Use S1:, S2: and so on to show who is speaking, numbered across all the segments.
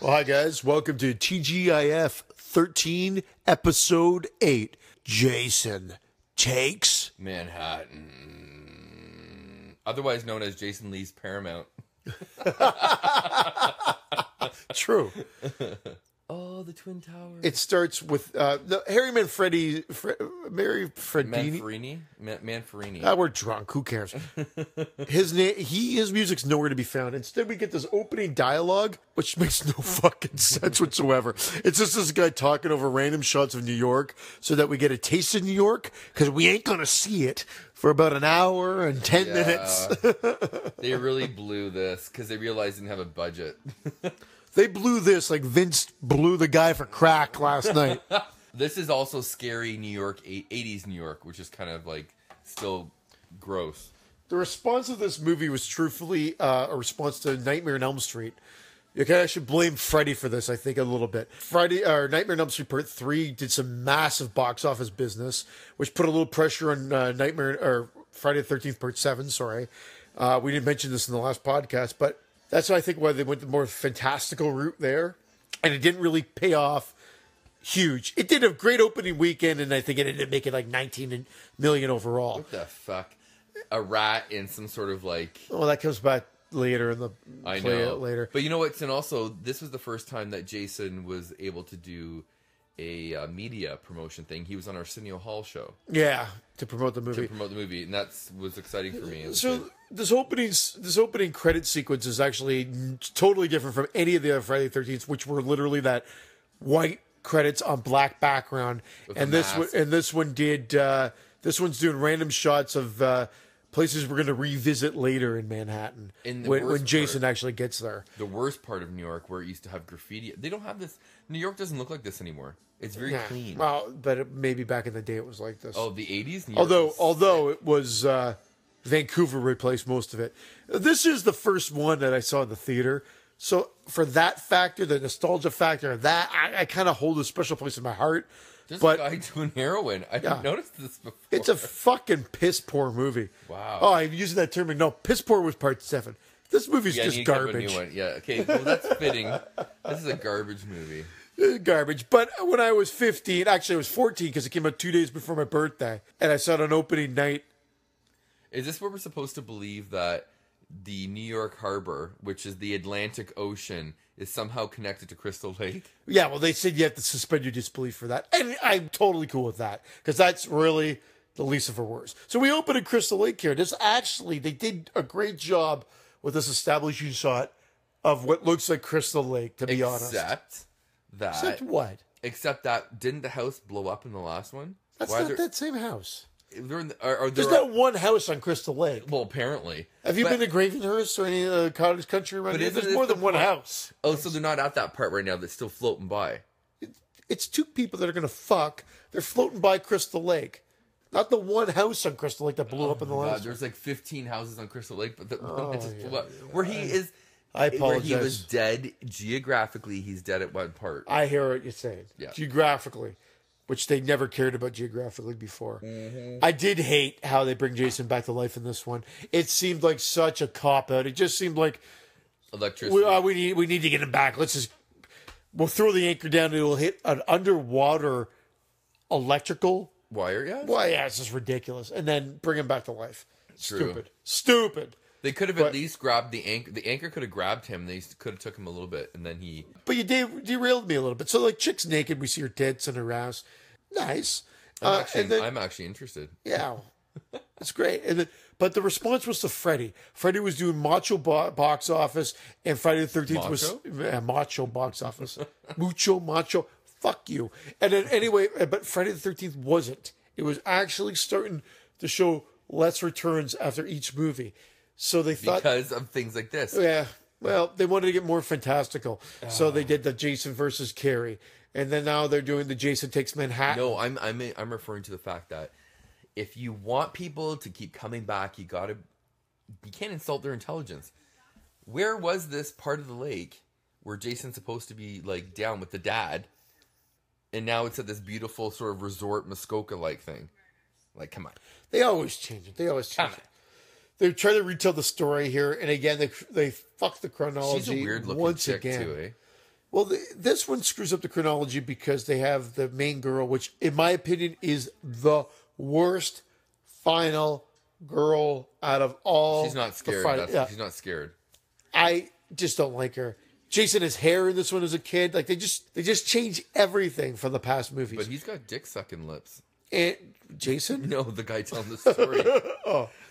S1: Well, hi, guys. Welcome to TGIF 13, Episode 8. Jason takes.
S2: Manhattan, otherwise known as Jason Lee's Paramount.
S1: True.
S2: Oh, the Twin Towers.
S1: It starts with uh, the Harry Manfredi, Fre- Mary Fredini.
S2: Manfrini. Ma- Manfrini.
S1: Ah, we're drunk. Who cares? His name, he, his music's nowhere to be found. Instead, we get this opening dialogue, which makes no fucking sense whatsoever. It's just this guy talking over random shots of New York, so that we get a taste of New York, because we ain't gonna see it for about an hour and ten minutes.
S2: they really blew this because they realized they didn't have a budget.
S1: They blew this like Vince blew the guy for crack last night.
S2: This is also scary New York, eight- 80s New York, which is kind of like still gross.
S1: the response of this movie was truthfully uh, a response to Nightmare on Elm Street. Okay, I should blame Freddy for this. I think a little bit. Friday or Nightmare on Elm Street Part Three did some massive box office business, which put a little pressure on uh, Nightmare or Friday the Thirteenth Part Seven. Sorry, uh, we didn't mention this in the last podcast, but that's I think why they went the more fantastical route there, and it didn't really pay off huge. It did a great opening weekend, and I think it ended up making like nineteen million overall.
S2: What the fuck? A rat in some sort of like
S1: Well, that comes back later in the
S2: I
S1: play
S2: know
S1: it later.
S2: But you know what's and also this was the first time that Jason was able to do a uh, media promotion thing. He was on Arsenio Hall show
S1: Yeah, to promote the movie.
S2: to promote the movie, and that was exciting for me. as a
S1: so
S2: kid.
S1: this opening s- this opening credit sequence is actually n- totally different from any of the other Friday Thirteenth, which were literally that white credits on black background, and
S2: a
S1: this one
S2: mask.
S1: and this one did uh, this one's doing random shots of. Uh, Places we're going to revisit later in Manhattan
S2: In the
S1: when,
S2: worst
S1: when Jason
S2: part.
S1: actually gets there.
S2: the worst part of New York, where it used to have graffiti, they don't have this. New York doesn't look like this anymore. It's very
S1: Yeah.
S2: clean.
S1: Well, but it, maybe back in the day it was like this.
S2: Oh, the eighties.
S1: Although, although it was uh, Vancouver replaced most of it. This is the first one that I saw in the theater. So for that factor, the nostalgia factor, of that I, I kind of hold a special place in my heart.
S2: there's
S1: but
S2: a guy doing heroin. I
S1: Yeah.
S2: didn't notice this before.
S1: it's a fucking piss poor movie.
S2: Wow.
S1: Oh, I'm using that term. No, piss poor was part seven. This movie's
S2: yeah, I
S1: just
S2: need to come up with
S1: garbage.
S2: A new one. Yeah. Okay. Well, that's fitting. this is a garbage movie.
S1: It's Uh, garbage. But when I was 15, actually I was 14 because it came out two days before my birthday, and I saw it on opening night.
S2: Is this where we're supposed to believe that the New York Harbor, which is the Atlantic Ocean, is somehow connected to Crystal Lake?
S1: Yeah, well, they said you have to suspend your disbelief for that. And I'm totally cool with that because that's really the least of her worries. So we open at Crystal Lake here. This actually, they did a great job with this establishing shot of what looks like Crystal Lake, to be honest.
S2: Except that.
S1: Except what?
S2: Except that. Didn't the house blow up in the last one?
S1: That's
S2: Why
S1: not
S2: there,
S1: that same house.
S2: They're in the, are, are
S1: There's
S2: there-
S1: that one house on Crystal Lake.
S2: well, apparently.
S1: Have you
S2: But-
S1: been to Gravenhurst or any of the cottage country around
S2: But
S1: here?
S2: isn't
S1: There's
S2: this
S1: more
S2: the
S1: than one
S2: point?
S1: house.
S2: Oh, so they're not at that part right now. That's still floating by.
S1: It's two people that are going to fuck. They're floating by Crystal Lake. Not the one house on Crystal Lake that blew up in the
S2: Oh God,
S1: last
S2: Uh,
S1: Oh,
S2: there's like 15 houses on Crystal Lake, but the one that just blew up, where he is.
S1: I
S2: Where he
S1: apologize.
S2: was dead geographically, he's dead at one part.
S1: I hear what you're saying.
S2: Yeah.
S1: Geographically, which they never cared about geographically before.
S2: Mm-hmm.
S1: I did hate how they bring Jason back to life in this one. It seemed like such a cop out. It just seemed like
S2: Electricity.
S1: we, uh, we need we need to get him back. Let's just we'll throw the anchor down and it'll hit an underwater electrical.
S2: wire, yeah.
S1: Well, yeah, it's just ridiculous. And then bring him back to life.
S2: True.
S1: Stupid. Stupid.
S2: They could have at least grabbed the anchor. The anchor could have grabbed him. They could have took him a little bit, and then he.
S1: But you de- derailed me a little bit. So like chicks naked, we see her tits and her ass. Nice. Uh,
S2: I'm, actually,
S1: and then-
S2: I'm actually interested.
S1: Yeah, it's great. And the, but the response was to Freddy. Freddy was doing macho bo- box office, and Friday the Thirteenth was yeah, macho box office, mucho macho. Fuck you. And then anyway, uh, but Friday the Thirteenth wasn't. It was actually starting to show less returns after each movie, so they thought,
S2: Because of things like this.
S1: yeah. Well, they wanted to get more fantastical, so they did the Jason versus Carrie, and then now they're doing the Jason takes Manhattan.
S2: No, I'm I'm I'm referring to the fact that if you want people to keep coming back, you gotta you can't insult their intelligence. Where was this part of the lake where Jason's supposed to be like down with the dad, and now it's at this beautiful sort of resort Muskoka like thing? Like, come on,
S1: They always change it. They always change it. They try to retell the story here, and again, they they fuck the chronology
S2: she's a weird looking
S1: once
S2: chick
S1: again.
S2: too, eh?
S1: Well, the, this one screws up the chronology because they have the main girl, which, in my opinion, is the worst final girl out of all.
S2: She's not
S1: the
S2: scared.
S1: Friday-
S2: That's,
S1: yeah.
S2: She's not scared.
S1: I just don't like her. Jason has hair in this one as a kid. Like they just they just change everything from the past movies.
S2: But he's got dick sucking lips.
S1: and Jason?
S2: No, the guy telling the story.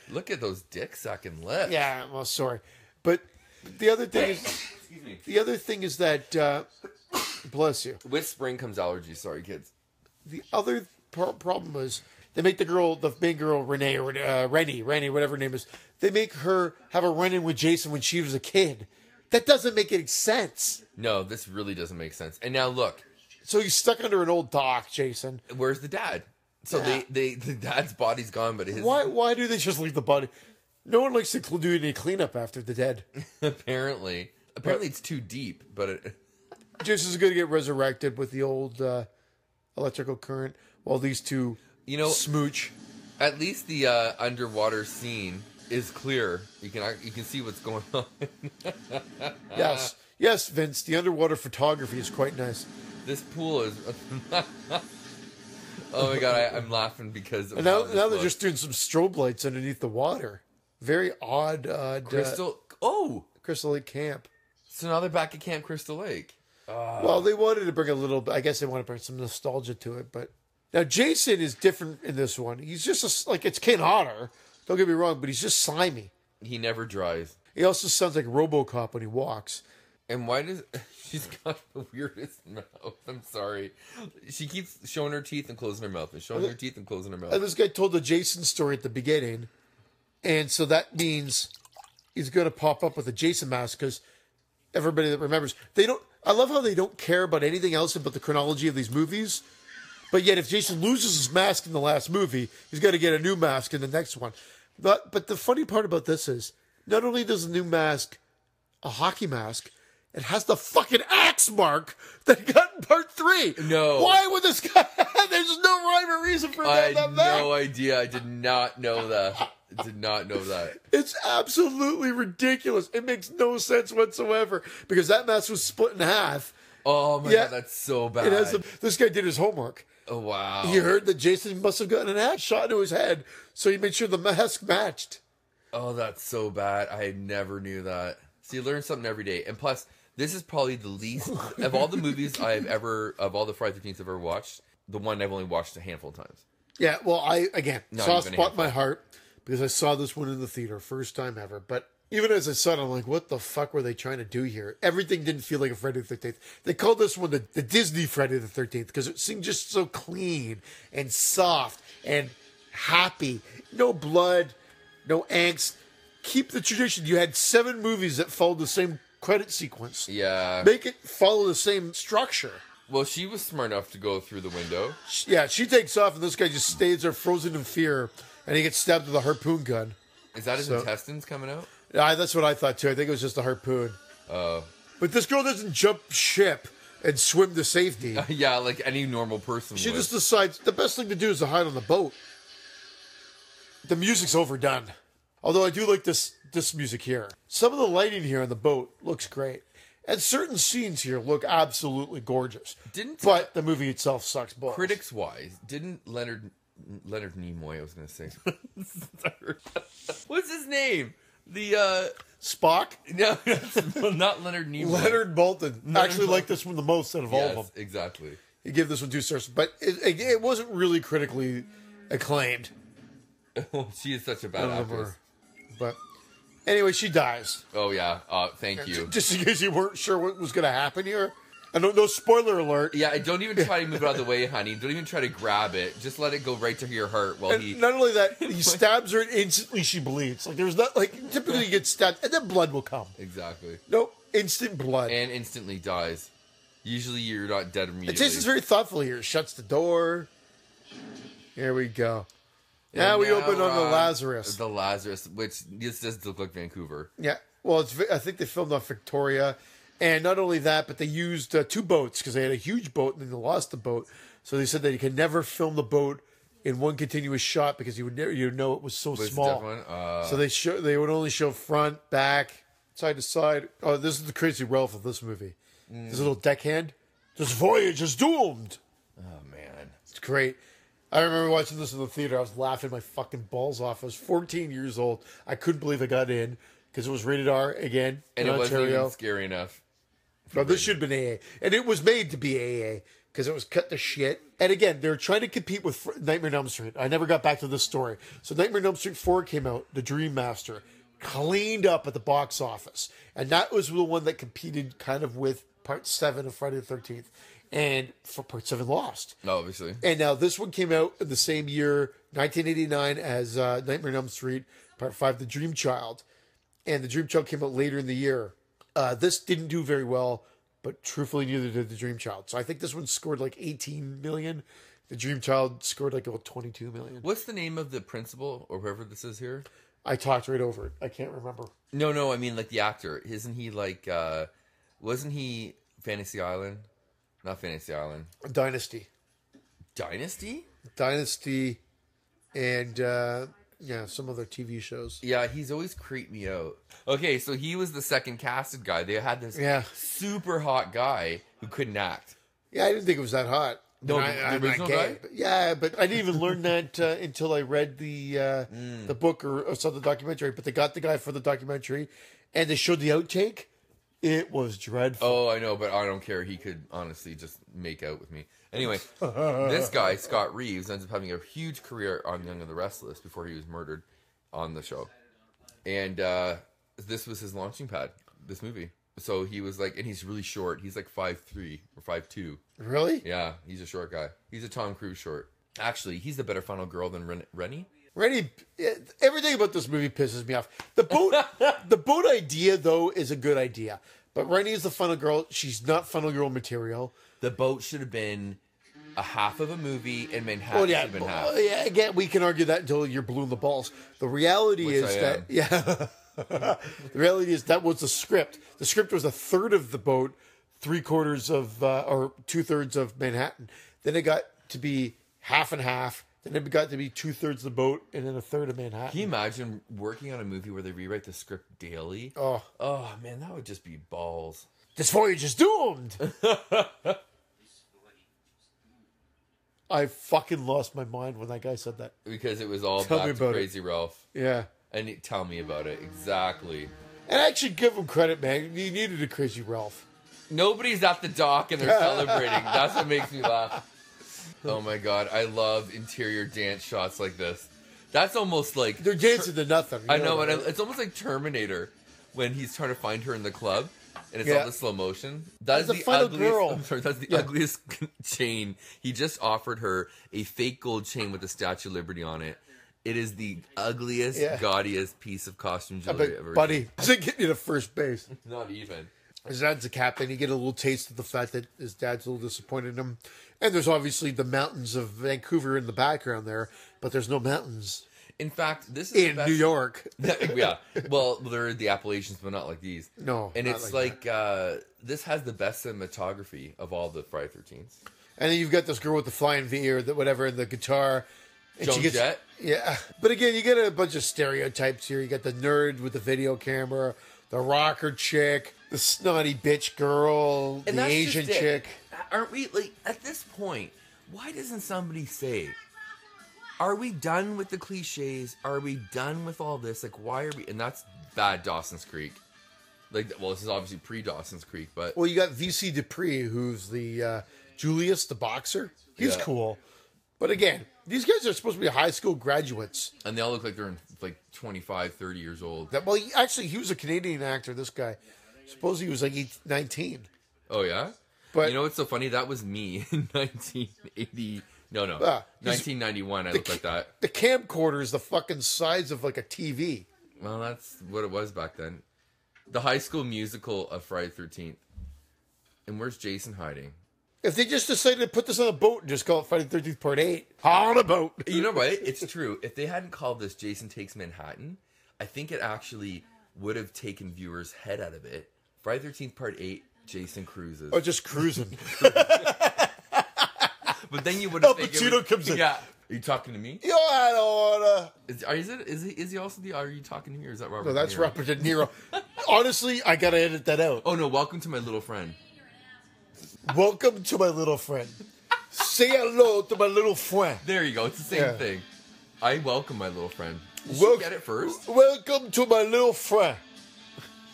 S2: Look at those dick sucking lips.
S1: Yeah, well, sorry. But the other thing is
S2: Excuse me.
S1: the other thing is that uh, bless you.
S2: With spring comes allergies. Sorry, kids.
S1: The other pro- problem is they make the girl, the main girl, Renee or uh, Rennie, Rennie, whatever her name is. They make her have a run in with Jason when she was a kid. That doesn't make any sense.
S2: No, this really doesn't make sense. And now look,
S1: So he's stuck under an old dock, Jason.
S2: where's the dad? So
S1: Yeah.
S2: they, they, the dad's body's gone, but his
S1: Why? Why do they just leave the body? No one likes to cl- do any cleanup after the dead.
S2: apparently, apparently it's too deep. But it,
S1: Jason's going to get resurrected with the old uh, electrical current, while these two
S2: you know,
S1: smooch.
S2: at least the uh, underwater scene is clear. You can act- you can see what's going on.
S1: Yes, yes, Vince. The underwater photography is quite nice,
S2: this pool is. oh my god, I, I'm laughing because of
S1: and now
S2: how this
S1: now they're
S2: looks.
S1: just doing some strobe lights underneath the water. Very odd, uh, crystal,
S2: crystal. Oh,
S1: crystal Lake camp.
S2: so now they're back at Camp Crystal Lake.
S1: well, they wanted to bring a little. I guess they want to bring some nostalgia to it. But now Jason is different in this one. He's just a s like it's Ken Otter. Don't get me wrong, but he's just slimy.
S2: He never dries.
S1: He also sounds like RoboCop when he walks.
S2: And why does she's got the weirdest mouth? I'm sorry. She keeps showing her teeth and closing her mouth, and showing her teeth and closing her
S1: And
S2: mouth.
S1: this guy told the Jason story at the beginning, and so that means he's going to pop up with a Jason mask because everybody that remembers they don't. I love how they don't care about anything else but the chronology of these movies. But yet, if Jason loses his mask in the last movie, he's got to get a new mask in the next one. But but the funny part about this is not only does the new mask a hockey mask, it has the fucking axe mark that he got in part three.
S2: No.
S1: why would this guy? There's no rhyme or reason for
S2: I
S1: that.
S2: had
S1: that mask.
S2: no idea. I did not know that. Did not know that.
S1: It's absolutely ridiculous. It makes no sense whatsoever because that mask was split in half.
S2: Oh my
S1: Yeah.
S2: god, that's so bad.
S1: It has the, this guy did his homework.
S2: oh wow.
S1: He heard that Jason must have gotten an ass shot into his head, so he made sure the mask matched.
S2: Oh, that's so bad. I never knew that. So you learn something every day. And plus, this is probably the least of all the movies I've ever of all the Friday Thirteenth I've ever watched. The one I've only watched a handful of times.
S1: Yeah, well, I again
S2: Not
S1: soft
S2: even a
S1: spot in my heart because I saw this one in the theater first time ever. But even as I saw it, I'm like, what the fuck were they trying to do here? Everything didn't feel like a Friday the Thirteenth. They called this one the, the Disney Friday the Thirteenth because it seemed just so clean and soft and happy. No blood, no angst. Keep the tradition. You had seven movies that followed the same credit sequence.
S2: Yeah.
S1: Make it follow the same structure.
S2: Well, she was smart enough to go through the window.
S1: Yeah, she takes off, and this guy just stays there frozen in fear, and he gets stabbed with a harpoon gun.
S2: Is that his
S1: So-
S2: intestines coming out?
S1: I, that's what I thought too. I think it was just a harpoon. Oh. But this girl doesn't jump ship and swim to safety.
S2: yeah, like any normal person.
S1: She
S2: would.
S1: just decides the best thing to do is to hide on the boat. The music's overdone. Although I do like this this music here. Some of the lighting here on the boat looks great. And certain scenes here look absolutely gorgeous.
S2: Didn't-
S1: but the movie itself sucks balls.
S2: critics wise, didn't Leonard Leonard Nimoy? I was gonna say. What's his name? The uh
S1: Spock,
S2: no, not Leonard Nimoy.
S1: Leonard Bolton. Actually like this one the most out of all of them.
S2: Yes, exactly.
S1: You give this one two stars, but it, it, it wasn't really critically acclaimed.
S2: she is such a
S1: I
S2: bad
S1: don't know
S2: actress.
S1: her. But anyway, she dies.
S2: Oh yeah. Uh, thank you.
S1: Just in case you weren't sure what was going to happen here. And no, no spoiler alert.
S2: Yeah, and don't even try to move it out of the way, honey. Don't even try to grab it. Just let it go right to your heart while he.
S1: And not only that, he stabs her and instantly she bleeds. Like there's not like typically you get stabbed and then blood will come.
S2: Exactly.
S1: No instant blood.
S2: And instantly dies. Usually you're not dead
S1: And
S2: immediately.
S1: Jason's very thoughtful here. Shuts the door. Here we go. Now,
S2: And
S1: we
S2: now
S1: open
S2: we're
S1: on the Lazarus.
S2: The Lazarus, which this does look like Vancouver.
S1: Yeah. Well, it's, I think they filmed on Victoria, and not only that, but they used uh, two boats because they had a huge boat and then they lost the boat. So they said that you could never film the boat in one continuous shot because you would never you know it was so
S2: Was it
S1: small.
S2: different? Uh,
S1: so they show they would only show front, back, side to side. Oh, this is the crazy Ralph of this movie.
S2: Mm.
S1: His little deckhand. This voyage is doomed.
S2: Oh man.
S1: It's great. I remember watching this in the theater. I was laughing my fucking balls off. I was 14 years old. I couldn't believe I got in because it was rated R again
S2: And
S1: in
S2: it wasn't
S1: Ontario.
S2: even scary enough.
S1: No, this should have been AA, and it was made to be AA because it was cut to shit. And again, they were trying to compete with Fr- Nightmare on Elm Street. I never got back to this story. So Nightmare on Elm Street Four came out, The Dream Master, cleaned up at the box office, and that was the one that competed kind of with Part Seven of Friday the Thirteenth, and for Part Seven lost.
S2: Obviously.
S1: And now this one came out in the same year, 1989, as uh, Nightmare on Elm Street Part Five, The Dream Child, and The Dream Child came out later in the year. Uh, this didn't do very well, but truthfully, neither did The Dream Child. So I think this one scored like 18 million. The Dream Child scored like about 22 million.
S2: What's the name of the principal or whoever this is here?
S1: I talked right over it. I can't remember.
S2: No, no, I mean like the actor. Isn't he like uh wasn't he Fantasy Island? Not Fantasy Island.
S1: Dynasty,
S2: Dynasty?
S1: Dynasty, and uh, yeah, some other TV shows.
S2: Yeah, he's always creeped me out. Okay, so he was the second casted guy. They had this
S1: Yeah.
S2: super hot guy who couldn't act.
S1: Yeah, I didn't think it was that hot.
S2: No,
S1: I,
S2: the- the
S1: I'm not
S2: original
S1: gay,
S2: guy?
S1: but- yeah, but I didn't even learn that uh, until I read the uh,
S2: Mm.
S1: the book or, or saw the documentary. But they got the guy for the documentary, and they showed the outtake. It was dreadful.
S2: Oh, I know, but I don't care. He could honestly just make out with me. Anyway, this guy, Scott Reeves, ends up having a huge career on Young and the Restless before he was murdered on the show. And uh, this was his launching pad, this movie. So he was like, and he's really short. He's like five three or five two.
S1: Really,
S2: Oh. Yeah, he's a short guy. He's a Tom Cruise short. Actually, he's the better final girl than Ren- Rennie.
S1: Rennie? eh, Everything about this movie pisses me off. The boat, the boat idea though is a good idea, but Rennie is the funnel girl. She's not funnel girl material.
S2: The boat should have been a half of a movie, and Manhattan
S1: Oh yeah,
S2: should have been half.
S1: oh, yeah. Again, we can argue that until you're blue in the balls. The reality
S2: Which
S1: is
S2: I
S1: that
S2: am.
S1: yeah, the reality is that was the script. The script was a third of the boat, three quarters of uh, or two thirds of Manhattan. Then it got to be half and half. Then it got to be two thirds of the boat and then a third of Manhattan.
S2: Can you imagine working on a movie where they rewrite the script daily?
S1: oh,
S2: Oh man, that would just be balls.
S1: this voyage is doomed. I fucking lost my mind when that guy said that.
S2: Because it was all
S1: Tell
S2: back
S1: me
S2: to
S1: about it.
S2: Crazy Ralph.
S1: Yeah.
S2: And it- tell me about it exactly.
S1: And I actually give him credit, man. He needed a crazy Ralph.
S2: Nobody's at the dock and they're celebrating. That's what makes me laugh. Oh my god, I love interior dance shots like this. That's almost like
S1: They're dancing to nothing. you
S2: I know, and I,
S1: that, right?
S2: it's almost like Terminator when he's trying to find her in the club, and it's
S1: Yeah.
S2: all the slow motion. That's
S1: That's a
S2: the
S1: final
S2: ugliest.
S1: girl.
S2: I'm sorry, that's the
S1: Yeah.
S2: ugliest chain. He just offered her a fake gold chain with the Statue of Liberty on it. It is the ugliest,
S1: Yeah. Uh,
S2: gaudiest piece of costume jewelry I've ever.
S1: but, buddy, doesn't get you to first base.
S2: seen. not even.
S1: His dad's a captain. You get a little taste of the fact that his dad's a little disappointed in him. And there's obviously the mountains of Vancouver in the background there, but there's no mountains
S2: In fact, this is the
S1: in
S2: best-
S1: New York.
S2: yeah. Well, there are the Appalachians, but not like these.
S1: No,
S2: and
S1: not
S2: it's
S1: like
S2: like, uh, this has the best cinematography of all the Friday Thirteens.
S1: And then you've got this girl with the flying V or the whatever and the guitar. And
S2: Joan Jett.
S1: Yeah. But again, you get a bunch of stereotypes here. You got the nerd with the video camera, the rocker chick, the snotty bitch girl,
S2: And
S1: the
S2: that's just
S1: Asian
S2: it.
S1: chick.
S2: Aren't we like at this point? Why doesn't somebody say, "Are we done with the cliches? Are we done with all this? Like, why are we?" And that's bad Dawson's Creek. Like, well, this is obviously pre Dawson's Creek, but
S1: Well, you got VC Dupree, who's the uh, Julius, the boxer. He's
S2: Yeah.
S1: cool. But again, these guys are supposed to be high school graduates.
S2: and they all look like they're in, like 25, 30 years old.
S1: That well, he, actually, he was a Canadian actor. This guy, suppose he was like eight, nineteen.
S2: Oh yeah,
S1: But-
S2: you know what's so funny? That was me in nineteen eighty. No, no,
S1: Ah, he's-
S2: nineteen ninety one. I looked like that.
S1: The camcorder is the fucking size of like a TV.
S2: Well, that's what it was back then. The High School Musical of Friday Thirteenth. And where's Jason hiding?
S1: If they just decided to put this on a boat and just call it Friday Thirteenth Part Eight on a boat,
S2: You know what? It's true. If they hadn't called this Jason Takes Manhattan, I think it actually would have taken viewers' head out of it. Friday Thirteenth Part Eight, Jason cruises.
S1: or just cruising.
S2: But then you would have.
S1: Al Pacino comes in.
S2: Yeah. Are you talking to me?
S1: Yo, I don't wanna.
S2: Is, are- is it? Is he? Is he also the? Are you talking to me? Or is that Robert?
S1: No,
S2: De
S1: that's
S2: Niro?
S1: Robert De Niro. Honestly, I gotta edit that out.
S2: Oh no! Welcome to my little friend.
S1: Welcome to my little friend. Say hello to my little friend.
S2: There you go. It's the same
S1: Yeah.
S2: thing. I welcome my little friend. Did
S1: Wel-
S2: you get it first?
S1: Welcome to my little friend.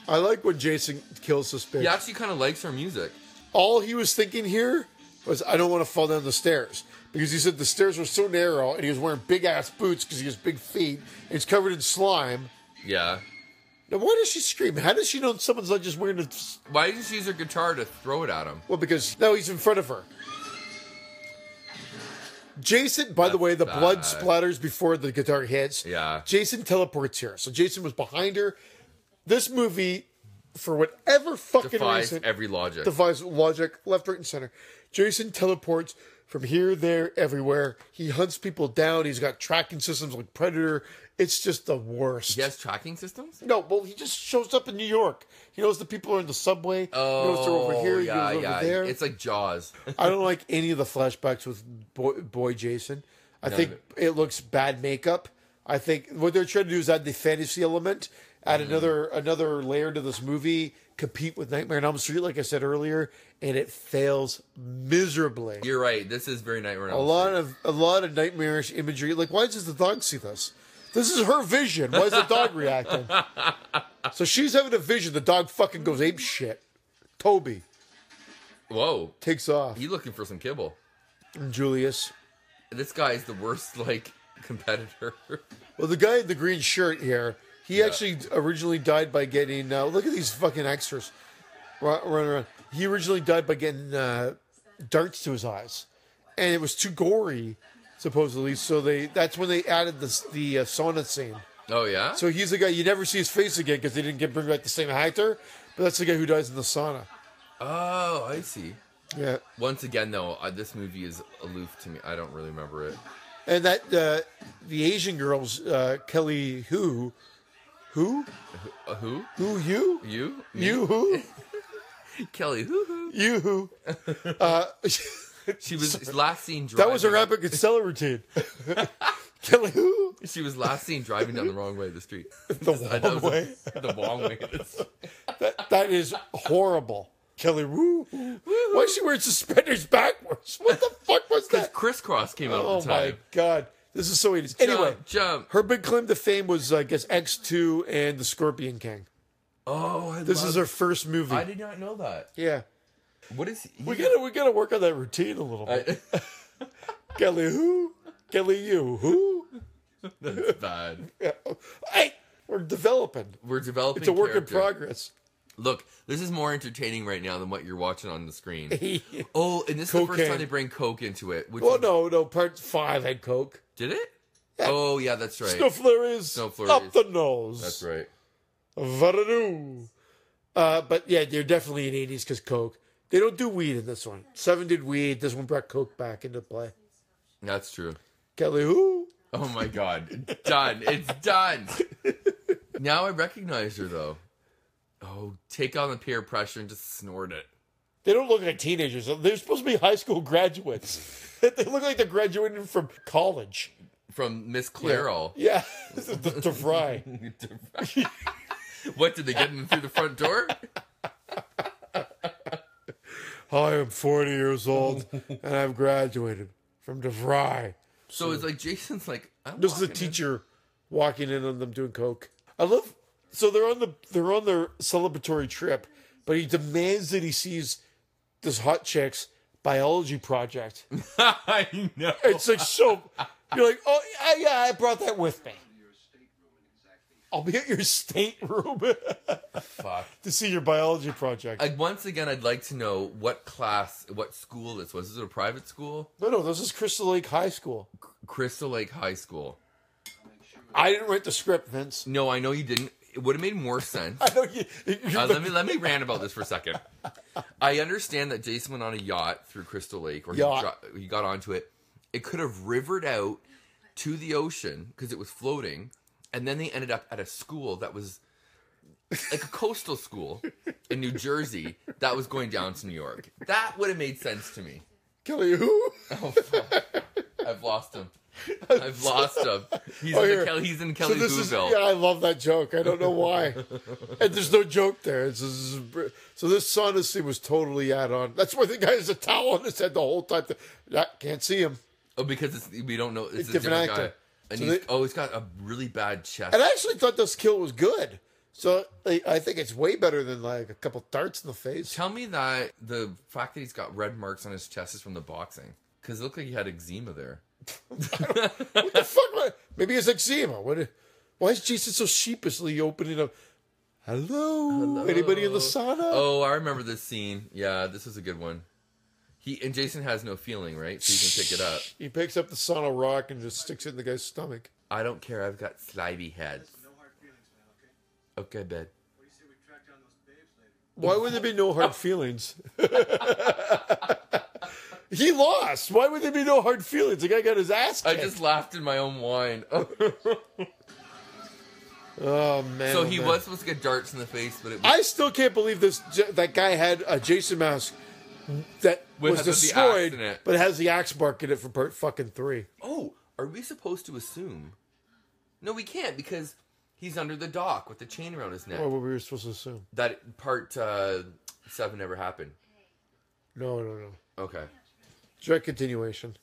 S1: I like when Jason kills this bitch.
S2: He actually kind of likes her music.
S1: All he was thinking here was, I don't want to fall down the stairs. Because he said the stairs were so narrow and he was wearing big ass boots because he has big feet and he's covered in slime.
S2: Yeah.
S1: Now, why does she scream? How does she know someone's not just wearing a.
S2: Why didn't she use her guitar to throw it at him?
S1: Well, because now he's in front of her. Jason, by the way, the
S2: That's
S1: blood
S2: bad.
S1: splatters before the guitar hits.
S2: Yeah.
S1: Jason teleports here. So Jason was behind her. This movie, for whatever fucking
S2: Defies
S1: reason,
S2: every logic.
S1: defies logic, left, right, and center. Jason teleports from here, there, everywhere. He hunts people down. He's got tracking systems like Predator. It's just the worst.
S2: he has tracking systems?
S1: No, well, he just shows up in New York. He knows the people are in the subway. he knows they're over here.
S2: Oh, yeah,
S1: he knows they're
S2: yeah.
S1: over there.
S2: It's like Jaws.
S1: I don't like any of the flashbacks with boy, boy Jason. I
S2: None
S1: think
S2: of
S1: it. looks bad makeup. I think what they're trying to do is add the fantasy element,
S2: Mm-hmm.
S1: add another another layer to this movie, compete with Nightmare on Elm Street, like I said earlier, and it fails miserably.
S2: You're right. This is very Nightmare on
S1: a
S2: Elm
S1: lot of a lot of nightmarish imagery. Like, why does the dog see this? This is her vision. Why is the dog reacting? So she's having a vision. The dog fucking goes ape shit. Toby
S2: Street. Whoa.
S1: takes off.
S2: He looking for some kibble.
S1: And Julius.
S2: This guy is the worst, like, competitor.
S1: Well, the guy in the green shirt here, he actually originally died by getting. Uh, look at these fucking extras run, run around. He originally died by getting uh, darts to his eyes, and it was too gory, supposedly. So they that's when they added the the uh, sauna scene.
S2: oh, yeah?
S1: So he's the guy you never see his face again because they didn't get bring back the same actor. But that's the guy who dies in the sauna.
S2: oh, I see.
S1: Yeah,
S2: Once again, though, uh, this movie is aloof to me. I don't really remember it.
S1: and that uh, the Asian girls, uh, Kelly who, who,
S2: Uh, who?
S1: who you,
S2: You? Me?
S1: you who.
S2: Kelly. Hoo hoo.
S1: You. Uh,
S2: She was last seen driving.
S1: that was her epic and seller routine. Kelly, who?
S2: She was last seen driving down the wrong way of the street.
S1: The
S2: That
S1: wrong
S2: was a-
S1: way.
S2: the wrong way. of the street.
S1: That, that is horrible. Kelly, woo. Why is she wearing suspenders backwards? What the fuck was that?
S2: Crisscross came out
S1: Oh
S2: at the time.
S1: my god. This is so 80s. Anyway,
S2: Jump, jump.
S1: her big claim to fame was, I guess, X2 and The Scorpion King.
S2: Oh, I
S1: This
S2: love
S1: is her first movie.
S2: I did not know that.
S1: yeah.
S2: What is he?
S1: We gotta, we gotta work on that routine a little bit. Kelly, who? Kelly, you, who?
S2: That's bad.
S1: Hey, we're developing.
S2: We're developing.
S1: It's a work
S2: character.
S1: in progress.
S2: Look, this is more entertaining right now than what you're watching on the screen. oh, and this is the first
S1: Cocaine.
S2: time they bring coke into it. Which
S1: Well,
S2: is-
S1: no, no. Part five had coke.
S2: Did it? Oh yeah, that's right.
S1: No flurries.
S2: No flurries.
S1: Up the nose.
S2: That's right.
S1: Vadadoo. Uh, but yeah, they're definitely in eighties because coke. They don't do weed in this one. Seven did weed. This one brought coke back into play.
S2: That's true.
S1: Kelly, who?
S2: Oh my god. done. It's done. now I recognize her though. Oh, take on the peer pressure and just snort it.
S1: They don't look like teenagers. They're supposed to be high school graduates. they look like they're graduating from college.
S2: From Miss Clairol.
S1: Yeah, to, to fry.
S2: What did they get in through the front door?
S1: I am 40 years old and I've graduated from DeVry.
S2: So it's like Jason's like I'm
S1: This is a
S2: walking in.
S1: teacher walking in on them doing coke. I love. So they're on the they're on their celebratory trip, but he demands that he sees this hot chick's biology project.
S2: I know.
S1: It's like so. You're like, oh I, yeah, I brought that with me. I'll be at your stateroom
S2: Fuck.
S1: to see your biology project.
S2: Like once again, I'd like to know what class, what school this was. Is it a private school?
S1: no, no, this is Crystal Lake High School.
S2: Crystal Lake High School.
S1: I didn't write the script, Vince.
S2: No, I know you didn't. It would have made more sense.
S1: I know you. you-
S2: Uh, let me let me rant about this for a second. I understand that Jason went on a yacht through Crystal Lake, or he,
S1: Yacht.
S2: dro- he got onto it. It could have rivered out to the ocean because it was floating, and then they ended up at a school that was like a coastal school in New Jersey that was going down to New York. That would have made sense to me.
S1: Kelly, who?
S2: Oh, fuck. I've lost him. I've lost him. He's,
S1: Oh,
S2: in,
S1: here.
S2: the Kelly, he's in Kelly
S1: this is,
S2: Booville.
S1: yeah, I love that joke. I don't know why. and there's no joke there. It's just- so this sonocy was totally add on. That's why the guy has a towel on his head the whole time. I can't see him.
S2: Oh, because it's, we don't know. It's, a
S1: different
S2: different,
S1: actor.
S2: guy. And
S1: So
S2: he's,
S1: they-
S2: oh, he's got a really bad chest.
S1: And I actually thought this kill was good. So I, I think it's way better than like a couple darts in the face.
S2: Tell me that the fact that he's got red marks on his chest is from the boxing. Because it looked like he had eczema there.
S1: What the fuck? man? Maybe it's eczema. What? Why is Jason so sheepishly opening up? Hello, anybody in the sauna?
S2: Oh, I remember this scene. Yeah, this was a good one. He and Jason has no feeling, right? So you can pick it up.
S1: He picks up the sauna rock and just sticks it in the guy's stomach.
S2: I don't care. I've got slimy heads.
S3: No hard feelings, man, okay?
S2: Okay, bed.
S3: What do you say we track down those babes later?
S1: Why would there be no hard feelings? he lost. Why would there be no hard feelings? The guy got his ass
S2: I
S1: kicked.
S2: just laughed in my own wine.
S1: oh man.
S2: so
S1: oh,
S2: he
S1: man.
S2: was supposed to get darts in the face, but it was,
S1: I still can't believe this. That guy had a Jason mask that
S2: With-
S1: was
S2: with the axe
S1: destroyed,
S2: in it.
S1: but has the axe mark in it for part fucking three.
S2: oh, are we supposed to assume? No, we can't because he's under the dock with the chain around his neck.
S1: Or Oh, what we were supposed to assume.
S2: That part uh, seven never happened.
S1: No, no, no.
S2: Okay,
S1: Direct continuation.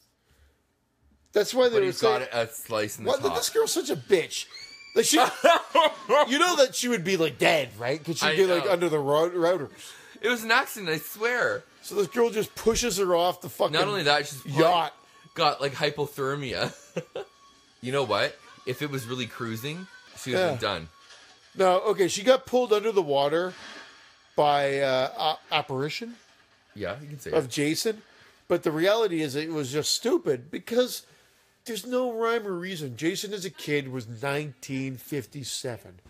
S1: That's why they
S2: but
S1: were
S2: he's got
S1: saying,
S2: a slice in the
S1: "What?
S2: top.
S1: This girl's such a bitch." Like she, you know that she would be like dead, right? Because she'd
S2: I
S1: be like
S2: know.
S1: under the ro- router.
S2: It was an accident, I swear.
S1: So this girl just pushes her off the fucking.
S2: Not only that, she's probably
S1: yacht.
S2: got like hypothermia. you know what? If it was really cruising, she would have
S1: Yeah.
S2: been done.
S1: No, okay, she got pulled under the water by uh, a- apparition.
S2: Yeah, you can say
S1: of Jason, but the reality is it was just stupid because there's no rhyme or reason. Jason as a kid was 1957,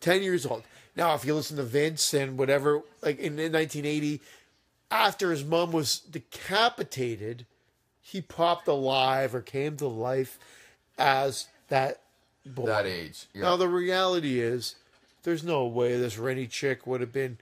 S1: 10 years old. Now, if you listen to Vince and whatever, like in, in 1980, after his mom was decapitated, he popped alive or came to life as that boy.
S2: that age. Yeah.
S1: Now the reality is, there's no way this Rennie chick would have been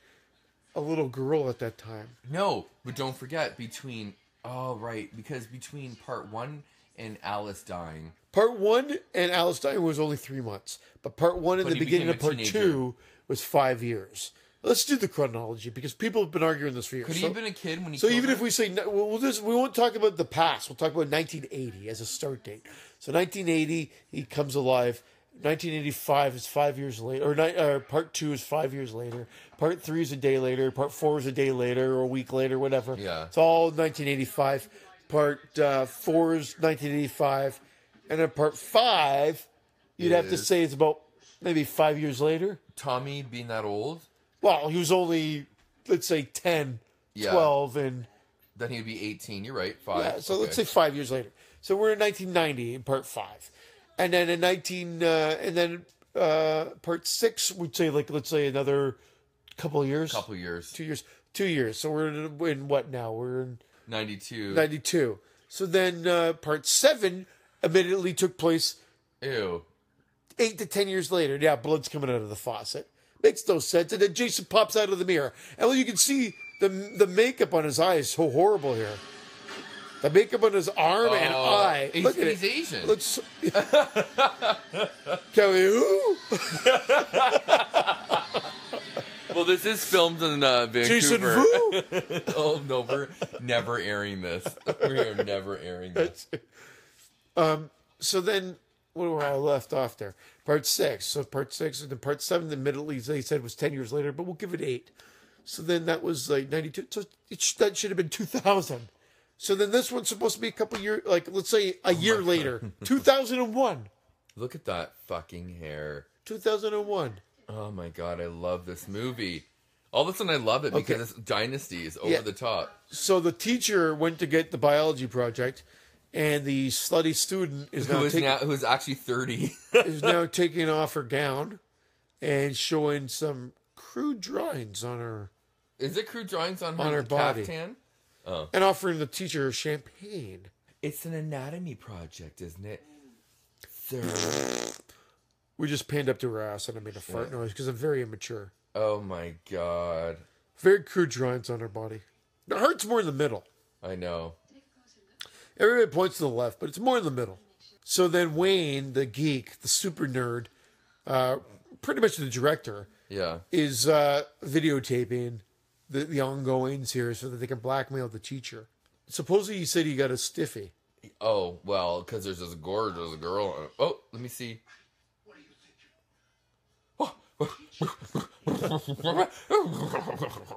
S1: a little girl at that time.
S2: No, but don't forget between. Oh right, because between part one and Alice dying,
S1: Part one and Alice Dyer was only three months, but part one and
S2: But
S1: the
S2: he
S1: beginning
S2: became
S1: of part
S2: a teenager.
S1: two was five years. Let's do the chronology because people have been arguing this for years.
S2: could he
S1: so
S2: have been a kid when he?
S1: so
S2: killed
S1: even
S2: her?
S1: if we say no- we'll we'll just we won't talk about the past, we'll talk about 1980 as a start date. So 1980, he comes alive. 1985 is five years later, or, ni- or part two is five years later. Part three is a day later. Part four is a day later, or a week later, whatever.
S2: Yeah.
S1: it's all 1985. Part uh, four is 1985, and then part five, you'd have to
S2: Is-
S1: say it's about maybe five years later.
S2: Tommy being that old,
S1: Well, he was only let's say 10,
S2: Yeah.
S1: 12, and
S2: then he'd be eighteen. You're right, five.
S1: Yeah, Uh, so let's say
S2: Okay.
S1: five years later. So we're in 1990 in part five, and then in 19 uh, and then uh, part six would say like let's say another couple of years,
S2: couple years,
S1: two years, two years. So we're in, in what now? We're in
S2: ninety-two.
S1: 92. So then uh, part seven admittedly took place
S2: Ew.
S1: eight to ten years later. Yeah, blood's coming out of the faucet. Makes no sense. And then Jason pops out of the mirror, and you can see the the makeup on his eyes so horrible here. The makeup on his arm and
S2: Oh,
S1: eye.
S2: he's-
S1: Look at
S2: he's
S1: it.
S2: Asian.
S1: Looks. Kelly, who?
S2: Well, this is filmed in uh, Vancouver.
S1: Jason Vu.
S2: oh no, we're never airing this. We are never airing this.
S1: So then, where were I left off there? Part six. So part six, and then part seven. Admittedly, they said was ten years later, but we'll give it eight. So then that was like ninety two. So it sh- that should have been two thousand. So then this one's supposed to be a couple years, like let's say
S2: Oh
S1: a year later, two thousand and one.
S2: Look at that fucking hair.
S1: Two thousand and one.
S2: Oh my god, I love this movie. All of a sudden, I love it because it's Dynasty is over
S1: Yeah.
S2: the top.
S1: So the teacher went to get the biology project, and the slutty student is now,
S2: Who is
S1: taking,
S2: now? Who is actually thirty?
S1: is now taking off her gown, and showing some crude drawings on her.
S2: is it crude drawings on her,
S1: On her
S2: the
S1: body.
S2: Caftan?
S1: and offering the teacher champagne.
S2: It's an anatomy project, isn't it? Sir.
S1: We just panned up to her ass and I made a fart noise because I'm very immature.
S2: oh my god,
S1: Very crude drawings on her body. It hurts more in the middle.
S2: I know.
S1: Everybody points to the left, but it's more in the middle. So then Wayne, the geek, the super nerd, uh, pretty much the director,
S2: Yeah.
S1: is uh, videotaping the, the ongoings here so that they can blackmail the teacher. Supposedly, you said you got a stiffy.
S2: Oh well, because there's this gorgeous girl. Oh, let me see.
S3: What do you think you're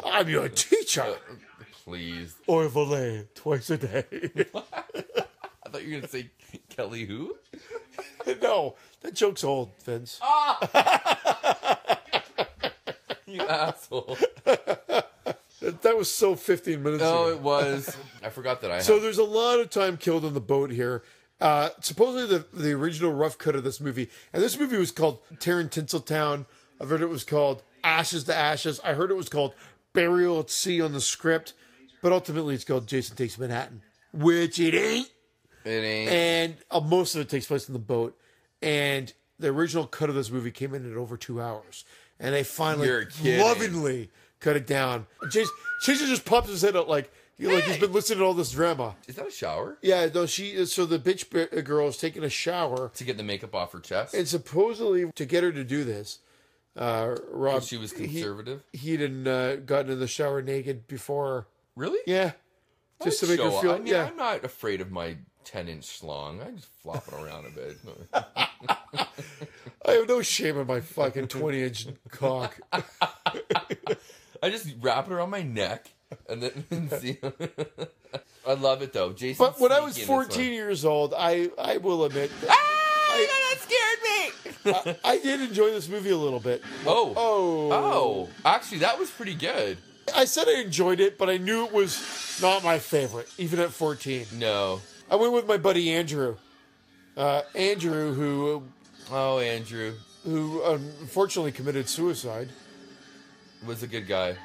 S1: I'm your teacher.
S2: Please.
S1: Orville, twice a day.
S2: I thought you were gonna say Kelly who?
S1: no, that joke's old, Vince.
S2: You asshole.
S1: That, that was so 15 minutes ago.
S2: No, Oh, it was. I forgot that I.
S1: So
S2: So
S1: there's a lot of time killed on the boat here. Uh, supposedly the the original rough cut of this movie, and this movie was called Terran Tinseltown. I've heard it was called Ashes to Ashes. I heard it was called Burial at Sea on the script, but ultimately it's called Jason Takes Manhattan, which it ain't.
S2: it ain't.
S1: And uh, most of it takes place on the boat. And the original cut of this movie came in at over two hours, and they
S2: You're
S1: finally
S2: kidding.
S1: lovingly cut it down. Jason, Jason just pops his head out like he like he's been listening to all this drama.
S2: Is that a shower?
S1: Yeah, no, she. So the bitch b- girl is taking a shower,
S2: To get the makeup off her chest.
S1: and supposedly to get her to do this, uh, Rob.
S2: she was conservative.
S1: He, he'd and, uh, gotten in the shower naked before.
S2: really?
S1: Yeah, just to
S2: I'd
S1: make her
S2: show up.
S1: feel.
S2: I mean,
S1: yeah,
S2: I'm not afraid of my ten inch schlong. I just flop it around a bit.
S1: I have no shame in my fucking twenty-inch cock.
S2: I just wrap it around my neck and then and see. I love it though, Jason.
S1: But when I
S2: Sneak
S1: was
S2: in is
S1: fourteen
S2: like,
S1: years old, I I will admit
S2: ah, that scared me.
S1: I, I did enjoy this movie a little bit.
S2: Oh,
S1: Oh,
S2: oh, actually, that was pretty good.
S1: I said I enjoyed it, but I knew it was not my favorite, even at fourteen.
S2: No,
S1: I went with my buddy Andrew. Uh, Andrew, who
S2: oh, Andrew
S1: who unfortunately committed suicide.
S2: was a good guy.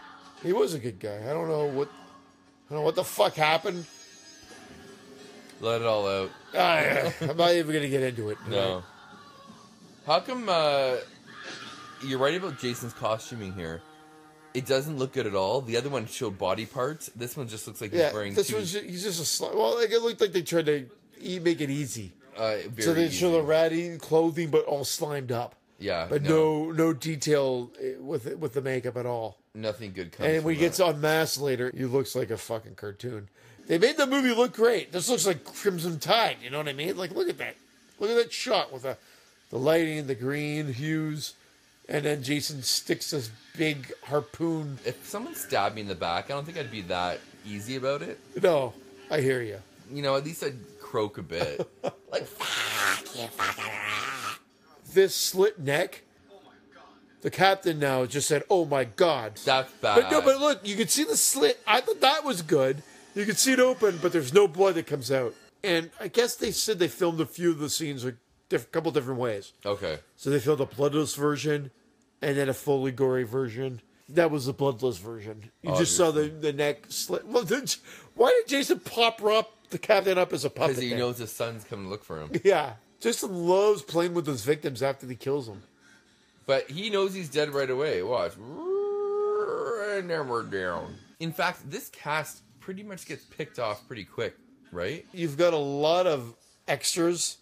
S1: He was a good guy. I don't know what I don't know what the fuck happened.
S2: Let it all out.
S1: I, I'm not even gonna get into it.
S2: No. How come uh, you're right about Jason's costuming here? It doesn't look good at all. The other one showed body parts. This one just looks like he's
S1: Yeah,
S2: wearing
S1: this
S2: two.
S1: was ju- he's just a sli- well. Like, it looked like they tried to e- make it easy,
S2: uh, very
S1: so they show
S2: easy.
S1: the ratty clothing, but all slimed up.
S2: yeah,
S1: But no, no, detail eh, with it- with the makeup at all.
S2: nothing good comes.
S1: And when he
S2: from
S1: gets unmasked later, he looks like a fucking cartoon. They made the movie look great. This looks like Crimson Tide. You know what I mean? Like, look at that. Look at that shot with the, the lighting, the green hues, and then Jason sticks this big harpoon.
S2: that. if someone stabbed me in the back, I don't think I'd be that easy about it.
S1: No, I hear you.
S2: You know, at least I'd croak a bit. like
S1: This slit neck. The captain now just said, "Oh my god."
S2: that's bad.
S1: But no, but look, you could see the slit. I thought that was good. You could see it open, but there's no blood that comes out. And I guess they said they filmed a few of the scenes a diff- couple different ways.
S2: okay,
S1: So they filmed a bloodless version, and then a fully gory version. That was the bloodless version. You just saw the, the neck slit. Well, did, why did Jason pop up the captain up as a puppet?
S2: because he
S1: there?
S2: knows his son's coming to look for him.
S1: Yeah, Jason loves playing with his victims after he kills them.
S2: But he knows he's dead right away. Watch. And then we're down. In fact, this cast pretty much gets picked off pretty quick, right?
S1: you've got a lot of extras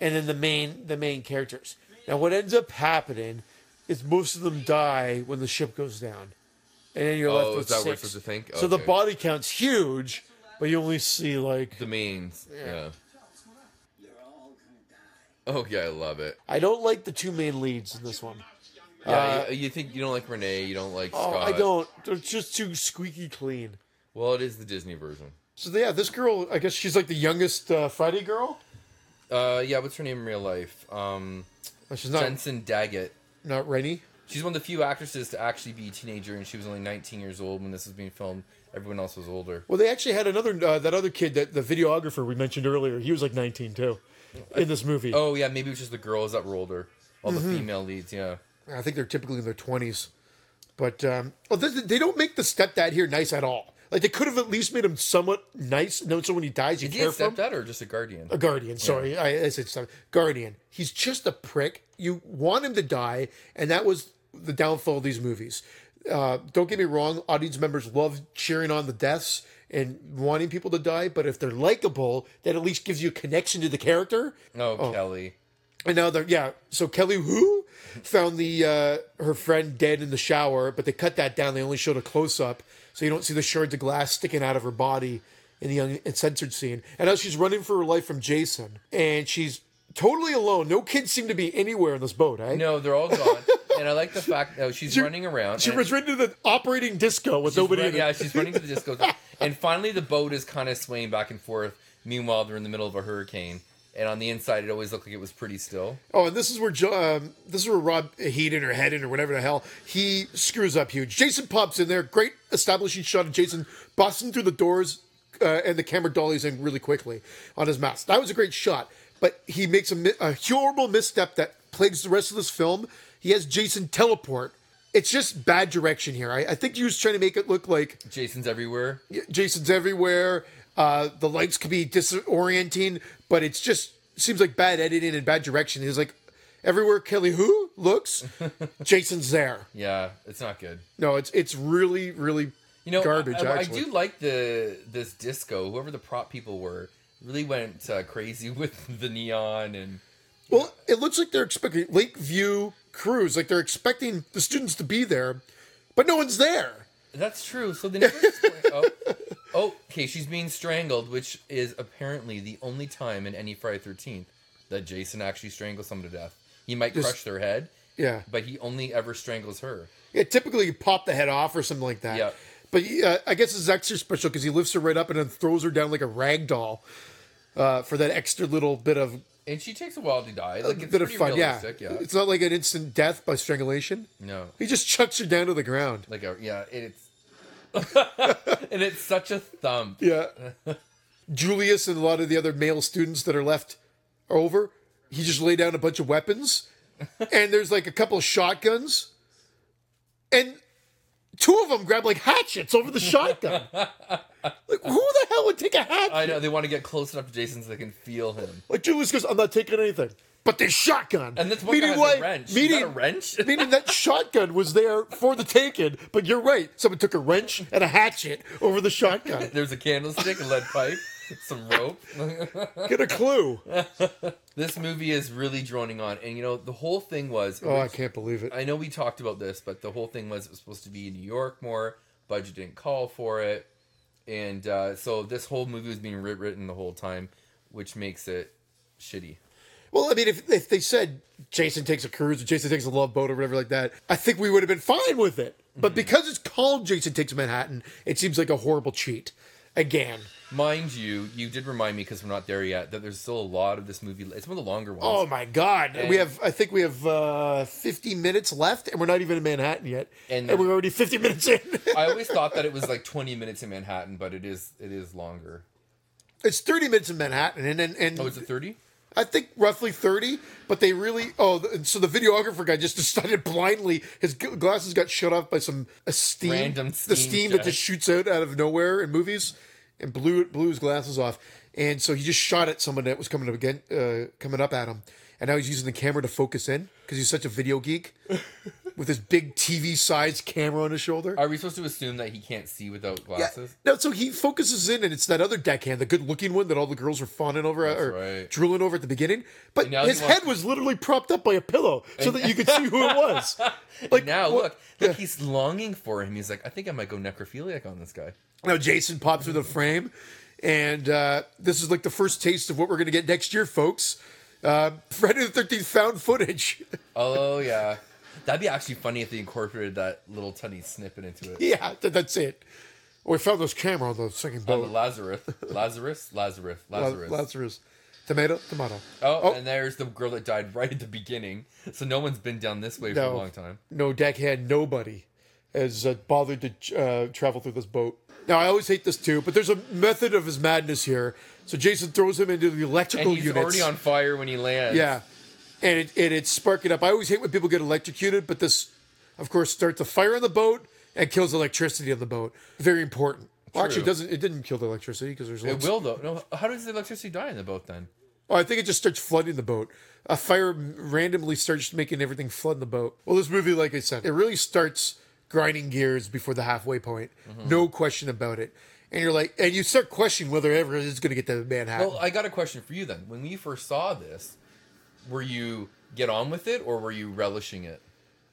S1: and then the main the main characters. Now what ends up happening is most of them die when the ship goes down. And then you're
S2: Oh,
S1: left
S2: is
S1: with
S2: that what we're
S1: six.
S2: supposed to think?
S1: So the
S2: Okay.
S1: body count's huge, but you only see like
S2: The mains. Yeah.
S3: You're all gonna die.
S2: Oh, yeah, I love it.
S1: I don't like the two main leads in this one.
S2: Yeah, you, you think you don't like Renee, you don't like
S1: Uh, Oh,
S2: Scott.
S1: I don't. They're just too squeaky clean.
S2: Well, it is the Disney version.
S1: So yeah, this girl, I guess she's like the youngest uh, Friday girl.
S2: Uh, yeah, what's her name in real life? Um,
S1: Oh, she's not
S2: Jensen Daggett.
S1: not Rennie.
S2: She's one of the few actresses to actually be a teenager, and she was only 19 years old when this was being filmed. Everyone else was older.
S1: Well, they actually had another uh, that other kid that the videographer we mentioned earlier. He was like 19 too in this movie.
S2: Oh, yeah, maybe it was just the girls that were older. All
S1: Mm-hmm.
S2: the female leads, yeah.
S1: I think they're typically in their 20s. But um, well, they, they don't make the stepdad here nice at all. Like they could have at least made him somewhat nice. No, so when he dies, you
S2: Is he
S1: care
S2: a
S1: for him.
S2: stepdad or just a guardian?
S1: A guardian. Sorry, I, I said step. Guardian. He's just a prick. You want him to die, and that was the downfall of these movies. Uh, don't get me wrong, audience members love cheering on the deaths and wanting people to die, but if they're likable, that at least gives you a connection to the character.
S2: Oh, Kelly.
S1: And now they're yeah. So Kelly Who found the uh, her friend dead in the shower, but they cut that down. They only showed a close up, so you don't see the shards of glass sticking out of her body in the uncensored scene. And now she's running for her life from Jason, and she's totally alone. No kids seem to be anywhere in this boat. Eh?
S2: No, they're all gone. and I like the fact that she's running around.
S1: She
S2: and
S1: was running to the operating disco with
S2: she's
S1: nobody.
S2: run-
S1: in it.
S2: yeah, she's running to the disco. and finally, the boat is kind of swaying back and forth. Meanwhile, they're in the middle of a hurricane. And on the inside, it always looked like it was pretty still.
S1: Oh, and this is where Jo- um, this is where Rob Heaton or Hedden or whatever the hell he screws up huge. Jason pops in there, great establishing shot of Jason busting through the doors, uh, and the camera dollies in really quickly on his mask. That was a great shot, but he makes a, mi- a horrible misstep that plagues the rest of this film. He has Jason teleport. It's just bad direction here. I, I think he was trying to make it look like
S2: Jason's everywhere.
S1: Jason's everywhere. Uh, the lights could be disorienting, but it's just seems like bad editing and bad direction. He's like, everywhere Kelly who looks, Jason's there.
S2: Yeah, it's not good.
S1: No, it's it's really really
S2: You know,
S1: garbage.
S2: I, I- I
S1: actually,
S2: do like the this disco. Whoever the prop people were really went uh, crazy with the neon and
S1: well, it looks like they're expecting Lakeview crews, like they're expecting the students to be there, but no one's there.
S2: That's true. So they never explain. Oh, oh, okay. She's being strangled, which is apparently the only time in any Friday Thirteenth that Jason actually strangles someone to death. He might crush their head,
S1: Yeah,
S2: but he only ever strangles her.
S1: yeah. Typically, you pop the head off or something like that.
S2: Yeah.
S1: But uh, I guess it's extra special because he lifts her right up and then throws her down like a rag doll uh, for that extra little bit of
S2: And she takes a while to die. Like it's
S1: bit of
S2: pretty
S1: fun, yeah.
S2: realistic. Yeah.
S1: It's not like an instant death by strangulation.
S2: No.
S1: He just chucks her down to the ground.
S2: Like a yeah. and It's and it's such a thump.
S1: Yeah. Julius and a lot of the other male students that are left are over. He just lay down a bunch of weapons, and there's like a couple of shotguns, and two of them grab like hatchets over the shotgun. like, who the hell would take a hatchet?
S2: I know they want to get close enough to Jason so they can feel him.
S1: Like Julius goes, I'm not taking anything. But this shotgun.
S2: And this one guy has a
S1: why-
S2: wrench. Is that
S1: Meaning,
S2: a wrench?
S1: meaning that shotgun was there for the taking, but you're right. Someone took a wrench and a hatchet over the shotgun.
S2: There's a candlestick, a lead pipe, some rope.
S1: Get a clue.
S2: This movie is really droning on, and you know the whole thing was
S1: Oh, I can't believe it.
S2: I know we talked about this, but the whole thing was it was supposed to be in New York more. Budget didn't call for it, and uh, so this whole movie was being rewritten the whole time, which makes it shitty.
S1: Well, I mean, if, if they said Jason takes a cruise or Jason takes a love boat or whatever like that, I think we would have been fine with it. But because it's called Jason Takes Manhattan, it seems like a horrible cheat. Again.
S2: Mind you, you did remind me because we're not there yet that there's still a lot of this movie. It's one of the longer ones.
S1: Oh my God!
S2: And-
S1: we have, I think we have uh, 50 minutes left, and we're not even in Manhattan yet, and,
S2: And-
S1: we're already 50 minutes in.
S2: I always thought that it was like 20 minutes in Manhattan, but it is it is longer.
S1: it's 30 minutes in Manhattan, and and, and
S2: Oh, is it 30?
S1: I think roughly 30. But they really, oh, th- so the videographer guy just decided blindly his g- glasses got shut off by some a steam,
S2: Random
S1: the
S2: steam
S1: steam that
S2: jet.
S1: just shoots out out of nowhere in movies, and blew blew his glasses off, and so he just shot at someone that was coming up again, uh, coming up at him, and now he's using the camera to focus in because he's such a video geek. With his big TV-sized camera on his shoulder,
S2: Are we supposed to assume that he can't see without glasses?
S1: no, so he focuses in, and it's that other deckhand, the good-looking one that all the girls were fawning over or
S2: right.
S1: drooling over at the beginning. But
S2: And now he
S1: his
S2: wants-
S1: head was literally propped up by a pillow so that you could see who it was. Like
S2: Now
S1: what-
S2: look, look, he's longing for him. He's like, I think I might go necrophiliac on this guy.
S1: Now Jason pops through the frame, and uh, this is like the first taste of what we're going to get next year, folks. Uh, Friday the Thirteenth found footage.
S2: Oh yeah, that'd be actually funny if they incorporated that little tiny snippet into it.
S1: yeah, th- that's it. We found this camera on the second
S2: Oh, the
S1: boat.
S2: Lazarus, Lazarus, Lazarus, Lazarus.
S1: Lazarus, tomato, tomato.
S2: Oh,
S1: Oh.
S2: and there's the girl that died right at the beginning. So no one's been down this way for
S1: No.
S2: a long time.
S1: no deckhand nobody has uh, bothered to uh, travel through this boat. Now I always hate this too, but there's a method of his madness here. So Jason throws him into the
S2: And
S1: electrical
S2: he's
S1: units.
S2: already on fire when he lands.
S1: yeah, and it and it's sparking up. I always hate when people get electrocuted, but this, of course, starts a fire on the boat and kills electricity on the boat. Very important. Well, actually, it
S2: True.
S1: doesn't it didn't kill the electricity because there's
S2: It will though. No, how does the electricity die in the boat then?
S1: Oh, I think it just starts flooding the boat. A fire randomly starts making everything flood the boat. Well, this movie, like I said, it really starts grinding gears before the halfway point. No question about it. And you're like, and you start questioning whether ever it's going to get to Manhattan.
S2: Well, I got a question for you then. When you first saw this, were you get on with it or were you relishing it?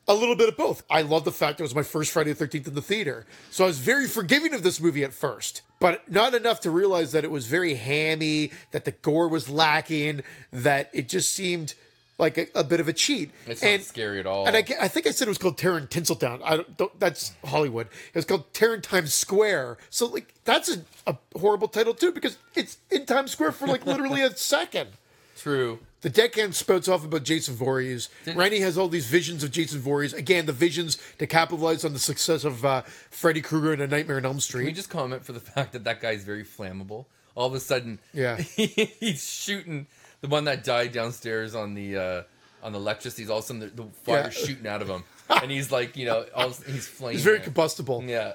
S1: a little bit of both. I love the fact it was my first Friday the 13th in the theater. So I was very forgiving of this movie at first, but not enough to realize that it was very hammy, that the gore was lacking, that it just seemed like a, a bit of a cheat.
S2: It's not scary at all.
S1: And I, ge- I think I said it was called Terran Tinseltown. I don't, don't- that's Hollywood. It was called Terran Times Square. So like that's a, a horrible title too because it's in Times Square for like literally a second.
S2: True.
S1: The deckhand spouts off about Jason Voorhees. Randy has all these visions of Jason Voorhees. Again, the visions to capitalize on the success of uh, Freddy Krueger in A Nightmare on Elm
S2: Can we
S1: Street.
S2: just comment for the fact that that guy is very flammable? All of a sudden,
S1: Yeah.
S2: he's shooting the one that died downstairs on the uh, on the electricity. All of a sudden, the, the fire's
S1: Yeah.
S2: shooting out of him, and he's like, you know, all, he's flaming.
S1: It's very
S2: it.
S1: combustible.
S2: yeah,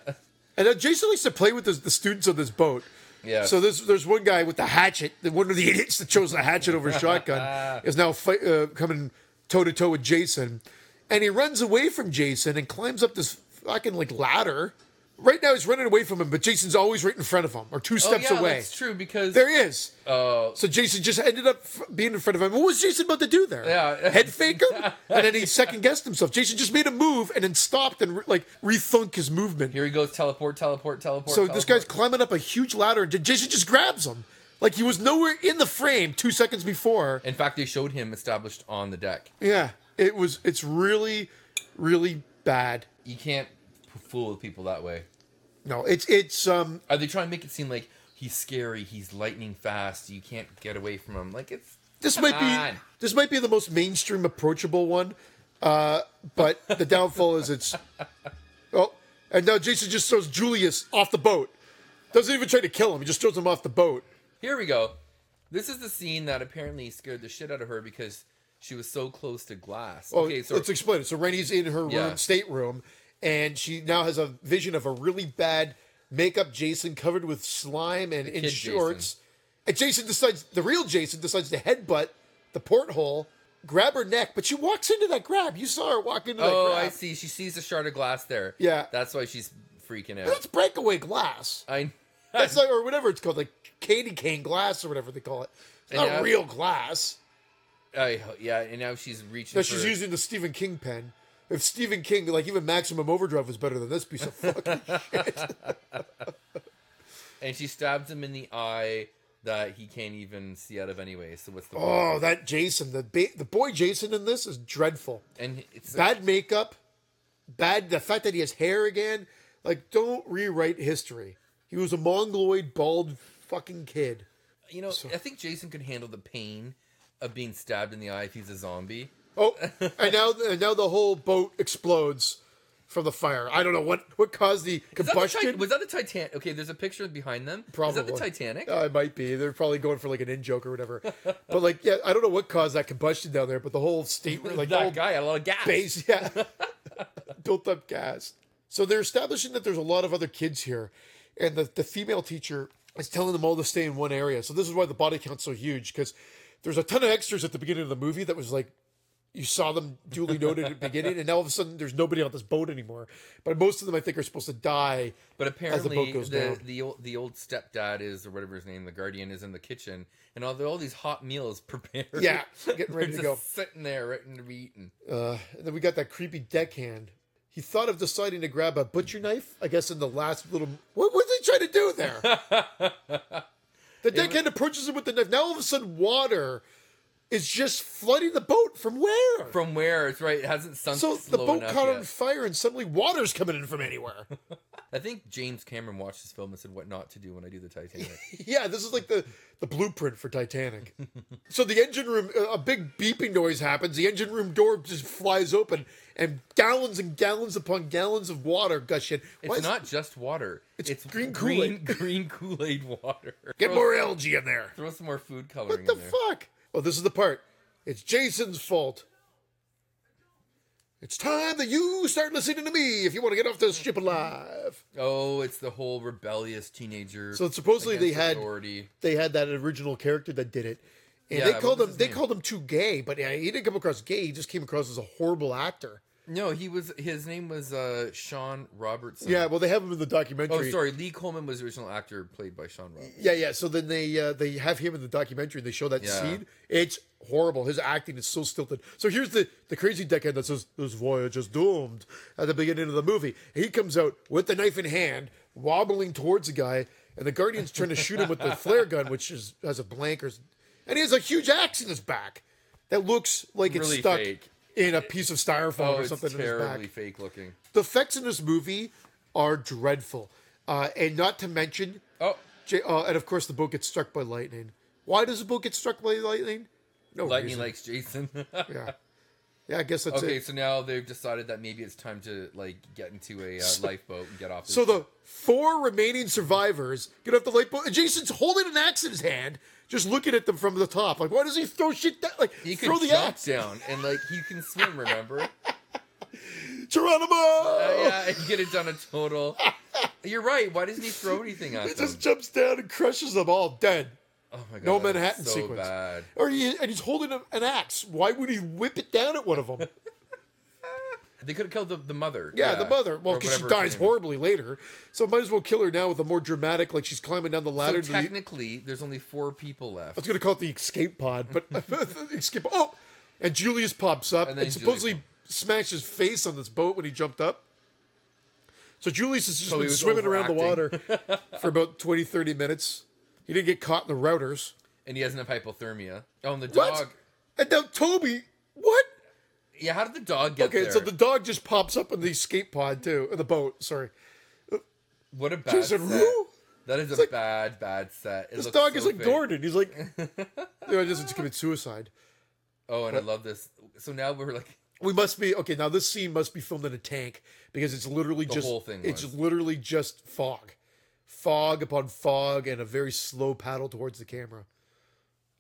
S1: And uh, Jason likes to play with the, the students on this boat.
S2: yeah.
S1: So there's there's one guy with the hatchet. the- One of the idiots that chose the hatchet over a shotgun is now fight, uh, coming toe to toe with Jason, and he runs away from Jason and climbs up this fucking like ladder. Right now he's running away from him, but Jason's always right in front of him or two steps
S2: oh, yeah,
S1: away.
S2: That's true because
S1: There he is.
S2: Uh,
S1: so Jason just ended up f- being in front of him. What was Jason about to do there?
S2: Yeah.
S1: Head fake him? And then he second guessed himself. Jason just made a move and then stopped and re- like rethunk his movement.
S2: here he goes, teleport, teleport, teleport.
S1: so this
S2: teleport.
S1: guy's climbing up a huge ladder and Jason just grabs him. Like he was nowhere in the frame two seconds before.
S2: In fact, they showed him established on the deck.
S1: Yeah. It was, it's really, really bad.
S2: You can't p- fool with people that way.
S1: No, it's, it's, um,
S2: Are they trying to make it seem like he's scary? He's lightning fast. You can't get away from him. Like it's
S1: this
S2: come
S1: might
S2: on.
S1: be this might be the most mainstream approachable one uh, but the downfall is it's oh and now jason just throws julius off the boat doesn't even try to kill him he just throws him off the boat
S2: Here we go. This is the scene that apparently scared the shit out of her because she was so close to glass.
S1: oh,
S2: okay, so
S1: let's explain it so rennie's in her room
S2: Yeah.
S1: stateroom and she now has a vision of a really bad makeup jason covered with slime and in
S2: kid
S1: shorts and jason decides the real jason decides to headbutt the porthole grab her neck but she walks into that grab you saw her walk into that
S2: oh,
S1: grab
S2: I see. She sees a shard of glass there.
S1: Yeah.
S2: that's why she's freaking out.
S1: That's breakaway glass.
S2: I
S1: That's like, or whatever it's called, like candy cane glass or whatever they call it. It's not
S2: Yeah.
S1: real glass.
S2: I yeah, and now she's reaching.
S1: No,
S2: for,
S1: she's using the Stephen King pen. If Stephen King, like even Maximum Overdrive was better than this piece of fucking shit.
S2: and she stabs him in the eye that he can't even see out of anyway. So what's the point?
S1: Oh, that Jason, the ba- the boy Jason in this is dreadful.
S2: And it's
S1: Bad makeup, bad the fact that he has hair again. Like, don't rewrite history. He was a mongoloid, bald fucking kid.
S2: you know I think Jason could handle the pain of being stabbed in the eye if he's a zombie.
S1: Oh, and now and now the whole boat explodes from the fire. I don't know what what caused the
S2: Is that the Ti-
S1: combustion.
S2: was that the Titanic? Okay, there's a picture behind them. Is that the
S1: Probably.
S2: Titanic?
S1: Uh, it might be. They're probably going for like an in joke or whatever. but like, yeah, I don't know what caused that combustion down there. But the whole state, like the whole
S2: that guy had a lot of gas.
S1: base, yeah, built up gas. So they're establishing that there's a lot of other kids here, and the the female teacher is telling them all to stay in one area. So this is why the body count's so huge because there's a ton of extras at the beginning of the movie that was like you saw them duly noted at the beginning, and now all of a sudden there's nobody on this boat anymore. But most of them, I think, are supposed to die.
S2: But apparently,
S1: goes
S2: the,
S1: down.
S2: the old the old stepdad is or whatever his name, the guardian is in the kitchen, and all the, all these hot meals prepared.
S1: Yeah, getting ready to
S2: They're just
S1: go.
S2: sitting there, ready to be eaten.
S1: And then we got that creepy deckhand. He thought of deciding to grab a butcher knife, I guess, in the last little. What was he trying to do there? the deckhand approaches him with the knife. Now all of a sudden, water is just flooding the boat from where?
S2: From where? It's right. It hasn't sunk.
S1: so the
S2: slow
S1: boat
S2: enough
S1: caught
S2: yet.
S1: on fire, and suddenly water's coming in from anywhere.
S2: I think James Cameron watched this film and said what not to do when I do the Titanic.
S1: yeah, this is like the, the blueprint for Titanic. so the engine room, uh, a- a big beeping noise happens. The engine room door just flies open, and gallons and gallons upon gallons of water gush in. Why
S2: It's
S1: is-
S2: not just water. It's,
S1: green
S2: green green Kool Aid water.
S1: Get
S2: throw,
S1: more algae in there.
S2: Throw some more food
S1: What
S2: coloring
S1: the
S2: in there.
S1: fuck? Oh, this is the part. It's Jason's fault. It's time that you start listening to me if you want to get off this ship alive.
S2: Oh, it's the whole rebellious teenager.
S1: So supposedly they
S2: against
S1: had-
S2: authority.
S1: They had that original character that did it. And
S2: Yeah,
S1: they
S2: what
S1: called
S2: was
S1: him
S2: his
S1: they
S2: name?
S1: called him too gay, but yeah, he didn't come across gay, he just came across as a horrible actor.
S2: No, he was. His name was uh, Sean Robertson.
S1: Yeah, well, they have him in the documentary.
S2: Oh, sorry. Lee Coleman was the original actor played by Sean Robertson.
S1: Yeah, yeah. So then they uh, they have him in the documentary. They show that
S2: Yeah.
S1: scene. It's horrible. His acting is so stilted. So here's the the crazy dickhead that says this voyage is doomed at the beginning of the movie. He comes out with the knife in hand, wobbling towards the guy, and the guardian's trying to shoot him with the flare gun, which is has a blank or, s- and he has a huge axe in his back that looks like it's
S2: Really
S1: stuck
S2: fake.
S1: in a piece of styrofoam
S2: Oh,
S1: or
S2: it's
S1: something in his back
S2: terribly fake looking.
S1: the effects in this movie are dreadful, uh, and not to mention,
S2: Oh.
S1: J- uh, and of course the boat gets struck by lightning. Why does the boat get struck by lightning? No
S2: Lightning
S1: reason.
S2: likes Jason.
S1: yeah, yeah. I guess that's
S2: okay,
S1: it.
S2: so now they've decided that maybe it's time to like get into a uh, lifeboat and get off.
S1: So
S2: this-
S1: the four remaining survivors get off the lifeboat. And Jason's holding an axe in his hand, just looking at them from the top. Like, why does he throw shit down? Like,
S2: he can
S1: throw the
S2: jump
S1: axe,
S2: down and like he can swim. Remember?
S1: Geronimo!
S2: Uh, yeah, and get it done a total. You're right. Why doesn't he throw anything at
S1: He
S2: them?
S1: just jumps down and crushes them all dead.
S2: oh my god.
S1: No
S2: that's
S1: Manhattan
S2: so
S1: sequence.
S2: Bad.
S1: Or he, and he's holding a- an axe. Why would he whip it down at one of them?
S2: They could have killed the, the mother.
S1: Yeah, the mother. Well,
S2: or
S1: because she
S2: whatever her
S1: dies
S2: name is.
S1: horribly later, so might as well kill her now with a more dramatic, like she's climbing down the
S2: So
S1: ladder. to the, I
S2: technically, there's only four people left.
S1: was going to call it the escape pod, but escape. Oh, and Julius pops up
S2: And
S1: and,
S2: then
S1: supposedly smashed his face on this boat when he jumped up. So Julius has just
S2: So he
S1: been
S2: was
S1: swimming around the water
S2: overacting.
S1: for about 20, 30 minutes. He didn't get caught in the routers.
S2: and he has enough hypothermia. Oh, and the
S1: What?
S2: dog.
S1: And now Toby, what?
S2: Yeah, how did the dog get
S1: Okay,
S2: there?
S1: so the dog just pops up in the escape pod too, in the boat. Sorry.
S2: what a bad
S1: Jason,
S2: set.
S1: who?
S2: That is a
S1: like-
S2: bad, bad set. It
S1: This
S2: looks
S1: dog
S2: so
S1: is like
S2: fake.
S1: Gordon. He's like, you know, he doesn't commit suicide.
S2: Oh, and I love this. So now we're like,
S1: We must be okay. Now this scene must be filmed in a tank because it's literally just
S2: whole thing
S1: it's
S2: was.
S1: literally just fog, fog upon fog, and a very slow paddle towards the camera.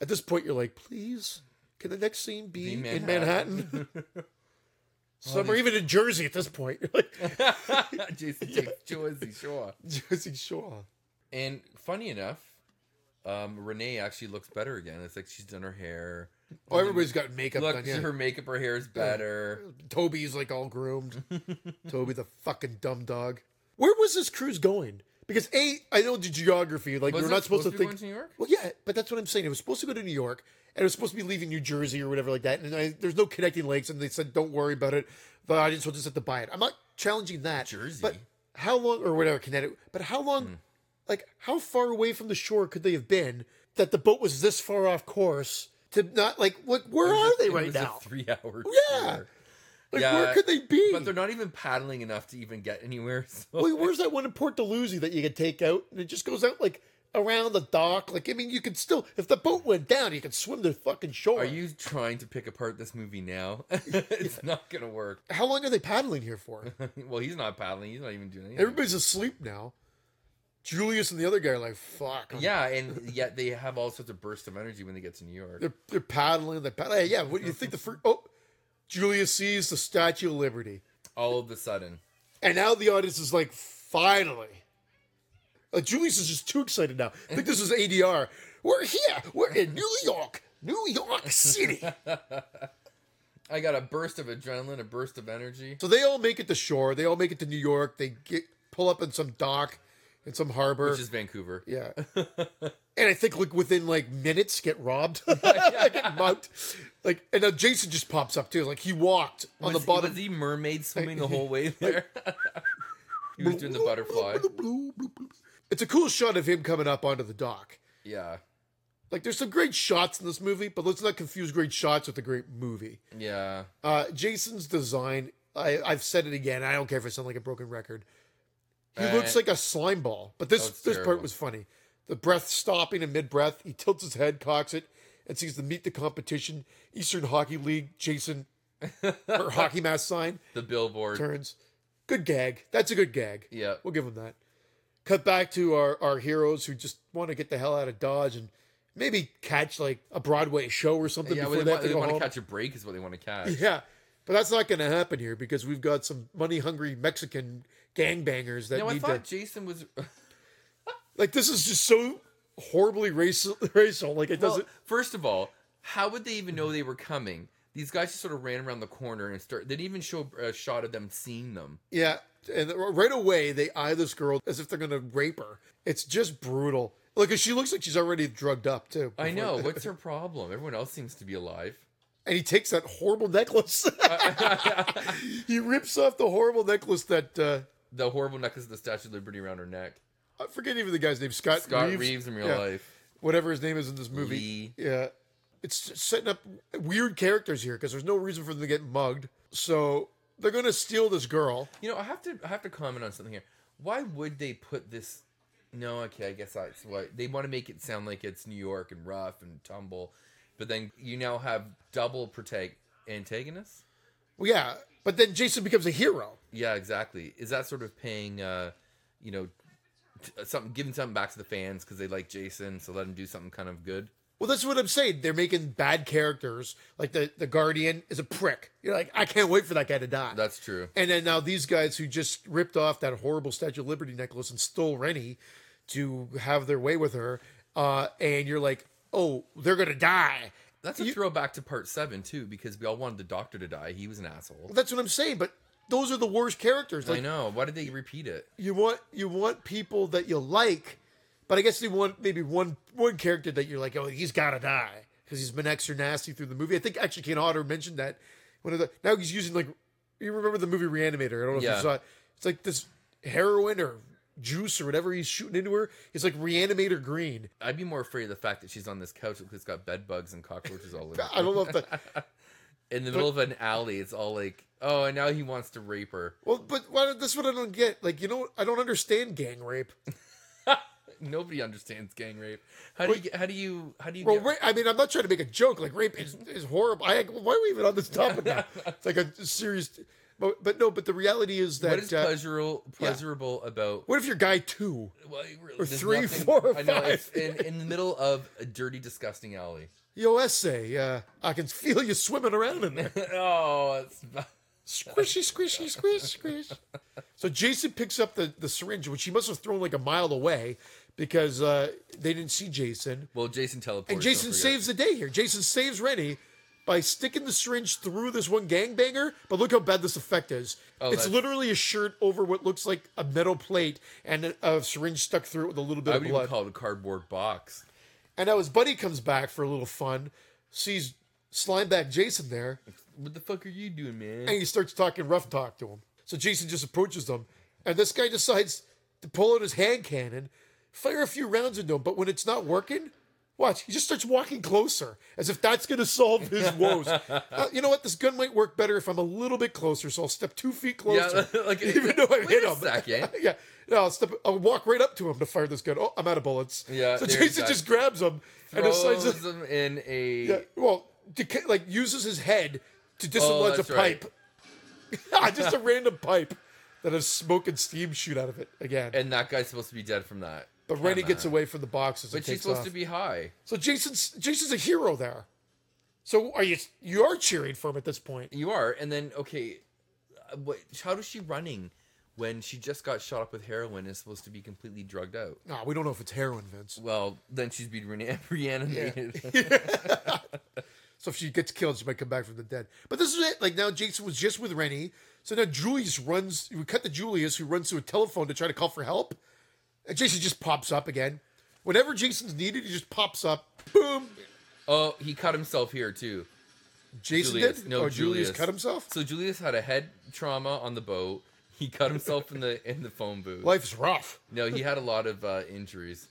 S1: At this point, you're like, please, can the next scene be
S2: Be
S1: in
S2: Manhattan."
S1: Manhattan? Somewhere even in Jersey at this point. You're like
S2: Jason takes Jersey Shore.
S1: Jersey Shore.
S2: And funny enough, um, Renee actually looks better again. It's like she's done her hair.
S1: Oh, everybody's got makeup
S2: Look,
S1: done. Yeah.
S2: her makeup, her hair is better.
S1: Toby's like all groomed. Toby the fucking dumb dog. Where was this cruise going? Because A, I know the geography, like
S2: Was
S1: you're
S2: it
S1: not supposed, to
S2: be
S1: think
S2: going to New York?
S1: Well yeah, but that's what I'm saying. It was supposed to go to New York and it was supposed to be leaving New Jersey or whatever like that. And I, there's no connecting lakes and they said don't worry about it. The audience will just have to buy it. I'm not challenging that.
S2: Jersey? Hmm.
S1: But how long or whatever Connecticut but how long like how far away from the shore could they have been that the boat was this far off course to not like what where
S2: It
S1: are
S2: was a-
S1: they
S2: it
S1: right
S2: was a
S1: now?
S2: three-hour
S1: Yeah.
S2: tour.
S1: Like
S2: Yeah,
S1: where could they be?
S2: But they're not even paddling enough to even get anywhere. So
S1: Wait, where's that one in Port Dalhousie that you could take out? And it just goes out like around the dock. Like I mean, you could still, if the boat went down, you could swim the fucking shore.
S2: Are you trying to pick apart this movie now? it's not gonna work.
S1: How long are they paddling here for?
S2: well, he's not paddling. He's not even doing anything.
S1: Everybody's asleep now. Julius and the other guy are like, "Fuck." I'm-
S2: yeah, and yet they have all sorts of bursts of energy when they get to New York.
S1: They're they're paddling. They're paddling. Hey, yeah. What do you think? The first. Oh, Julius sees the Statue of Liberty,
S2: All of a sudden,
S1: and now the audience is like, "Finally." Like Julius is just too excited now. I think this is ADR. We're here. We're in New York, New York City.
S2: I got a burst of adrenaline, a burst of energy.
S1: So they all make it to shore. They all make it to New York. They get pull up in some dock, in some harbor.
S2: Which is Vancouver.
S1: yeah. and I think like within like minutes get robbed, get mugged. Like and now Jason just pops up too. Like he walked on
S2: Was-
S1: the bottom.
S2: Was he mermaid swimming the whole way there? he was doing the butterfly.
S1: It's a cool shot of him coming up onto the dock.
S2: Yeah,
S1: Like there's some great shots in this movie, but let's not confuse great shots with a great movie.
S2: yeah.
S1: Uh, Jason's design, I, I've said it again. I don't care if I sound like a broken record. He
S2: Uh,
S1: looks like a slime ball, but this
S2: that's
S1: this part
S2: terrible.
S1: was funny. The breath stopping in mid breath, he tilts his head, cocks it, and sees the meet the competition Eastern Hockey League Jason or hockey mask sign
S2: The billboard.
S1: turns. Good gag. That's a good gag.
S2: Yeah.
S1: We'll give him that. Cut back to our, our heroes who just want to get the hell out of Dodge and maybe catch like a Broadway show or something
S2: Yeah, well,
S1: before
S2: they,
S1: they, have
S2: want,
S1: to
S2: they
S1: go
S2: want to
S1: home.
S2: catch a break, is what they want to catch.
S1: Yeah, but that's not going to happen here because we've got some money hungry Mexican gangbangers that
S2: No, I
S1: need
S2: thought
S1: to.
S2: Jason was.
S1: Like, this is just so horribly racial. racial. Like, it
S2: Well,
S1: doesn't.
S2: first of all, how would they even know they were coming? These guys just sort of ran around the corner and start. They didn't even show a shot of them seeing them.
S1: Yeah, and right away they eye this girl as if they're gonna rape her. It's just brutal. Like 'cause she looks like she's already drugged up too.
S2: I know. What's her problem? Everyone else seems to be alive.
S1: And he takes that horrible necklace. he rips off the horrible necklace that uh,
S2: The horrible necklace of the Statue of Liberty around her neck.
S1: I forget even the guy's name. Scott,
S2: Scott
S1: Reeves.
S2: Reeves, in real
S1: Yeah.
S2: life.
S1: Whatever his name is in this movie.
S2: Lee.
S1: Yeah, it's setting up weird characters here because there's no reason for them to get mugged. So they're gonna steal this girl.
S2: You know, I have to I have to comment on something here. Why would they put this? No, okay, I guess that's what they want to make it sound like it's New York and rough and tumble, but then you now have double protag- antagonists.
S1: Well, yeah, but then Jason becomes a hero.
S2: Yeah, exactly. Is that sort of paying, uh, you know, t- uh, something giving something back to the fans because they like Jason, so let him do something kind of good.
S1: Well, that's what I'm saying. They're making bad characters. Like the, the Guardian is a prick. You're like, I can't wait for that guy to die.
S2: That's true.
S1: and then now these guys who just ripped off that horrible Statue of Liberty necklace and stole Rennie to have their way with her. Uh, and you're like, oh, they're going to die.
S2: That's a throwback to part seven too, because we all wanted the Doctor to die. He was an asshole.
S1: Well, that's what I'm saying. But those are the worst characters.
S2: I
S1: Like,
S2: know. Why did they repeat it?
S1: you want you want people that you like, but I guess you want maybe one one character that you're like, oh, he's gotta die because he's been extra nasty through the movie. I think actually Kane Otter mentioned that. One of the now he's using like you remember the movie Reanimator? I don't know if
S2: Yeah.
S1: you saw it. It's like this heroin or juice or whatever he's shooting into her. It's like Reanimator green.
S2: I'd be more afraid of the fact that she's on this couch because it's got bed bugs and cockroaches all over.
S1: I don't know if that.
S2: In the middle of an alley, it's all like, oh, and now he wants to rape her.
S1: Well, but why, don't- that's what I don't get. Like you know, I don't understand gang rape.
S2: Nobody understands gang rape. How do you? get- How do you? How do you?
S1: Well,
S2: get,
S1: ra- I mean, I'm not trying to make a joke. Like rape is, is horrible. I, why are we even on this topic now? It's like a serious. But, but no. But the reality is that
S2: what is
S1: uh,
S2: pleasurable? Pleasurable about
S1: what if you're guy two?
S2: well, it really- there's
S1: three, four, or
S2: I know it's
S1: five.
S2: in, in the middle of a dirty, disgusting alley.
S1: Yo, essay. Uh, I can feel you swimming around in there.
S2: oh, it's
S1: Squishy, squishy, squish, squish. So Jason picks up the the syringe, which he must have thrown like a mile away because uh, they didn't see Jason.
S2: well, Jason teleports.
S1: And Jason
S2: don't forget.
S1: saves the day here. Jason saves Rennie by sticking the syringe through this one gangbanger. But look how bad this effect is. it's
S2: Oh, that's-
S1: literally a shirt over what looks like a metal plate and a, a syringe stuck through it with a little bit
S2: I
S1: of
S2: would even
S1: blood.
S2: call it a cardboard box.
S1: and now his buddy comes back for a little fun, sees Slimeback Jason there,
S2: What the fuck are you doing, man?
S1: and he starts talking rough talk to him. So Jason just approaches them, and this guy decides to pull out his hand cannon, fire a few rounds into him. But when it's not working, watch, he just starts walking closer as if that's going to solve his woes. Uh, you know what? This gun might work better if I'm a little bit closer, so I'll step two feet closer.
S2: Yeah, like-
S1: even though I've
S2: wait
S1: hit
S2: a
S1: him.
S2: second.
S1: yeah. No, I'll, step, I'll walk right up to him to fire this gun. Oh, I'm out of bullets.
S2: Yeah,
S1: So
S2: there
S1: Jason
S2: he's at.
S1: just grabs him and decides to
S2: Throws him in a
S1: yeah, well, deca- like uses his head to dislodge a
S2: Oh, that's right.
S1: pipe. Just a random pipe that has smoke and steam shoot out of it again.
S2: and that guy's supposed to be dead from that.
S1: but Rennie
S2: Come
S1: gets
S2: on.
S1: away from the boxes.
S2: But
S1: and
S2: she's
S1: takes
S2: supposed
S1: off.
S2: to be high.
S1: So Jason's Jason's a hero there. So are you? You are cheering for him at this point.
S2: You are, and then okay, uh, what? How is she running when she just got shot up with heroin and is supposed to be completely drugged out?
S1: No, we don't know if it's heroin, Vince.
S2: Well, then she's been re- reanimated.
S1: So if she gets killed, she might come back from the dead. But this is it. Like now, Jason was just with Rennie. So now Julius runs. We cut to Julius, who runs to a telephone to try to call for help. And Jason just pops up again. Whenever Jason's needed, he just pops up. Boom.
S2: oh, he cut himself here too.
S1: Jason
S2: Julius,
S1: did.
S2: no,
S1: or
S2: Julius.
S1: Julius cut himself.
S2: So Julius had a head trauma on the boat. He cut himself in the in the phone booth.
S1: Life's rough.
S2: No, he had a lot of uh, injuries.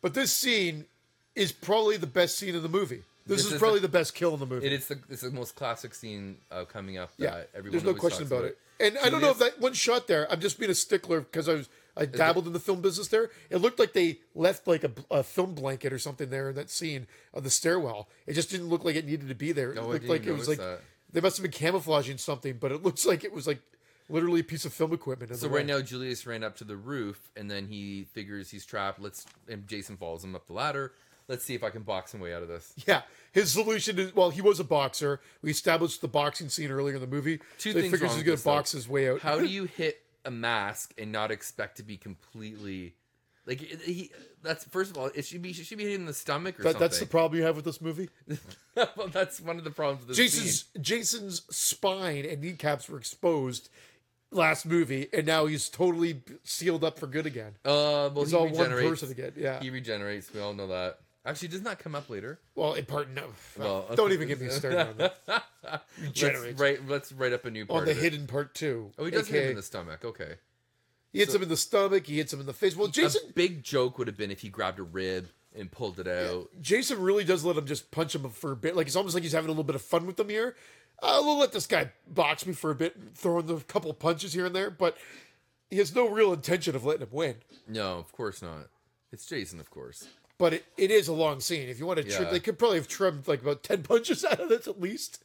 S1: But this scene is probably the best scene in the movie. This,
S2: This
S1: is,
S2: is
S1: probably
S2: the-
S1: the best kill in the movie.
S2: It is the it's the most classic scene uh, coming up. That
S1: Yeah,
S2: everyone
S1: there's no
S2: always
S1: question
S2: talks
S1: about it. And I don't know if that one shot there. I'm just being a stickler because I was I dabbled in the film business there. It looked like they left like a, a film blanket or something there in that scene of the stairwell. It just didn't look like it needed to be there. It
S2: No, I
S1: looked
S2: didn't
S1: like it was like
S2: notice that.
S1: they must have been camouflaging something, but it looks like it was like literally a piece of film equipment. in
S2: So
S1: the way.
S2: right now Julius ran up to the roof and then he figures he's trapped. Let's and Jason follows him up the ladder. Let's see if I can box him way out of this.
S1: Yeah, his solution is well, he was a boxer. We established the boxing scene earlier in the movie. so he
S2: Two things
S1: figures
S2: wrong
S1: he's going
S2: with
S1: to
S2: this, though.
S1: box his way out.
S2: How do you hit a mask and not expect to be completely Like it- he, that's first of all, it should be she should be hit in the stomach or
S1: That,
S2: something.
S1: that's the problem you have with this movie.
S2: well, that's one of the problems. With this
S1: Jason's Jason's spine and kneecaps were exposed last movie, and now he's totally sealed up for good again.
S2: scene. uh, well,
S1: He's
S2: he
S1: all one
S2: regenerates.
S1: person again. Yeah.
S2: He regenerates. We all know that. Actually, does not come up later.
S1: well, in part no.
S2: Well,
S1: don't even get me started on that.
S2: Let's
S1: Regenerates
S2: write. Let's write up a new part.
S1: on the
S2: of it.
S1: hidden part two.
S2: Oh, he does hit him
S1: AKA,
S2: in the stomach. Okay.
S1: He hits him in the stomach. He hits him in the face. Well, Jason
S2: a big joke would have been if he grabbed a rib and pulled it out.
S1: Jason really does let him just punch him for a bit. Like it's almost like he's having a little bit of fun with them here. Uh, we'll let this guy box me for a bit, throwing the couple punches here and there, but he has no real intention of letting him win.
S2: No, of course not. It's Jason, of course.
S1: But it, it is a long scene. If you want to trim,
S2: Yeah.
S1: they could probably have trimmed like about ten punches out of this at least.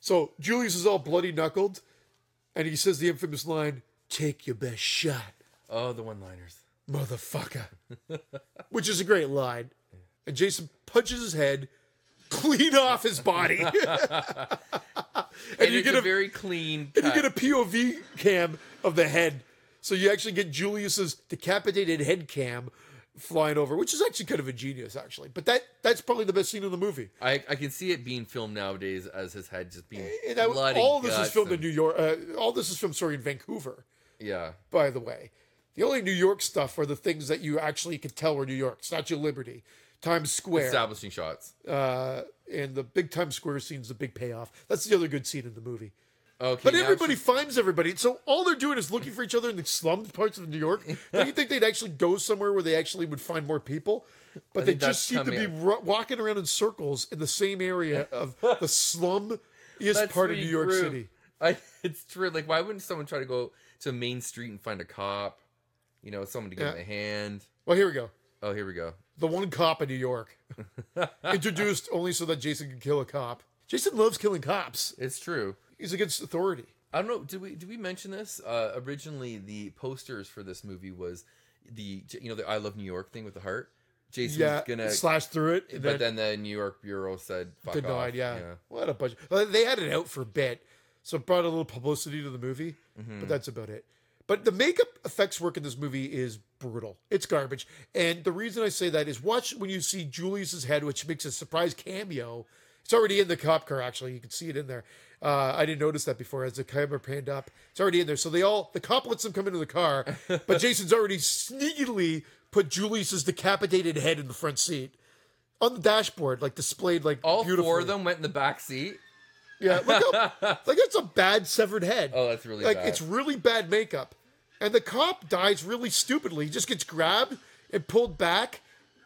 S1: So Julius is all bloody knuckled, and he says the infamous line, "Take your best shot."
S2: Oh, the one-liners.
S1: motherfucker, which is a great line. And Jason punches his head clean off his body. and,
S2: And
S1: you
S2: it's
S1: get
S2: a,
S1: a,
S2: very clean.
S1: and you
S2: cut.
S1: get a POV cam of the head, so you actually get Julius's decapitated head cam flying over, which is actually kind of ingenious, actually. But that that's probably the best scene in the movie.
S2: I, I can see it being filmed nowadays as his head just being
S1: And Eh, that,
S2: bloody.
S1: all this is
S2: guts
S1: filmed in
S2: and-
S1: New York. Uh, all this is filmed, sorry, in Vancouver.
S2: Yeah,
S1: by the way. The only New York stuff are the things that you actually could tell were New York. Statue of Liberty, Times Square,
S2: establishing shots.
S1: uh, and the big Times Square scene's the big payoff. That's the other good scene in the movie.
S2: Okay,
S1: But
S2: now
S1: everybody finds everybody, so all they're doing is looking for each other in the slums parts of New York. Don't you think they'd actually go somewhere where they actually would find more people? But they
S2: think
S1: just seem
S2: that's
S1: to be
S2: coming
S1: ru- walking around in circles in the same area of the slum is
S2: That's
S1: part of
S2: where
S1: New
S2: you
S1: York
S2: grew.
S1: City.
S2: I, it's true. Like, why wouldn't someone try to go to Main Street and find a cop? You know, someone to give
S1: Yeah.
S2: him a hand.
S1: Well, here we go.
S2: Oh, here we go.
S1: the one cop in New York, introduced only so that Jason could kill a cop. Jason loves killing cops.
S2: It's true.
S1: He's against authority.
S2: I don't know. Did we did we mention this? Uh, originally, the posters for this movie was the you know the I love New York thing with the heart. Jason
S1: yeah,
S2: was gonna,
S1: slash through it, and
S2: but
S1: then
S2: then the New York bureau said fuck
S1: denied.
S2: off.
S1: yeah. what a budget. They had it out for a bit, so it brought a little publicity to the movie,
S2: Mm-hmm.
S1: but that's about it. But the makeup effects work in this movie is brutal. It's garbage, and the reason I say that is watch when you see Julius's head, which makes a surprise cameo. It's already in the cop car. Actually, you can see it in there. Uh, I didn't notice that before as the camera panned up. It's already in there. So they all the cop lets them come into the car, but Jason's already sneakily put Julius's decapitated head in the front seat on the dashboard, like displayed like
S2: All four
S1: beautifully.
S2: of them went in the back seat.
S1: Yeah, look how, like that's a bad severed head.
S2: Oh, that's really
S1: like
S2: bad.
S1: it's really bad makeup, and the cop dies really stupidly. He just gets grabbed and pulled back,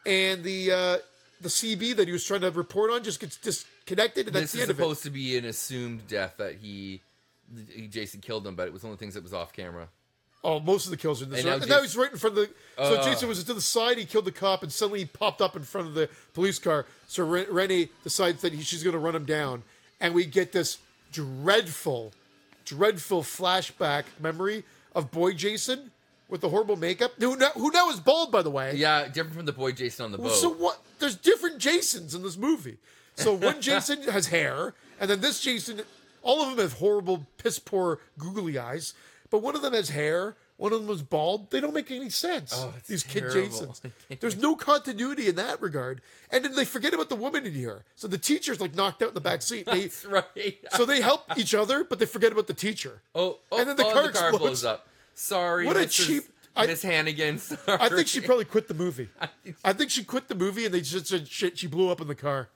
S1: and the uh, the CB that he was trying to report on just gets disconnected, and that's
S2: this
S1: the
S2: is
S1: end of it.
S2: supposed to be an assumed death that he, he- Jason killed him, but it was one of the things that was off camera.
S1: Oh, most of the kills are in this.
S2: And
S1: one.
S2: now Uh.
S1: And now,
S2: Jason-
S1: he's right in front of the. So
S2: Ugh.
S1: Jason was to the side. He killed the cop, and suddenly he popped up in front of the police car. So Ren- Rennie decides that he, she's going to run him down, and we get this dreadful, dreadful flashback memory of boy Jason with the horrible makeup. Who now, who now is bald, by the way.
S2: Yeah, different from the boy Jason on the boat.
S1: So what? There's different Jasons in this movie. So one Jason has hair, and then this Jason, all of them have horrible, piss poor, googly eyes. But one of them has hair. One of them is bald. They don't make any sense.
S2: Oh, it's
S1: These kid
S2: terrible.
S1: Jasons. There's no continuity in that regard. And then they forget about the woman in here. So the teacher's like knocked out in the back seat. They,
S2: That's right.
S1: so they help each other, but they forget about the teacher.
S2: oh, oh,
S1: and then the
S2: oh,
S1: car explodes.
S2: blows up. Sorry,
S1: What a
S2: Mrs.
S1: cheap- I-
S2: Miss Hannigan. Sorry.
S1: I think she probably quit the movie. I think she quit the movie and they just said shit. She blew up in the car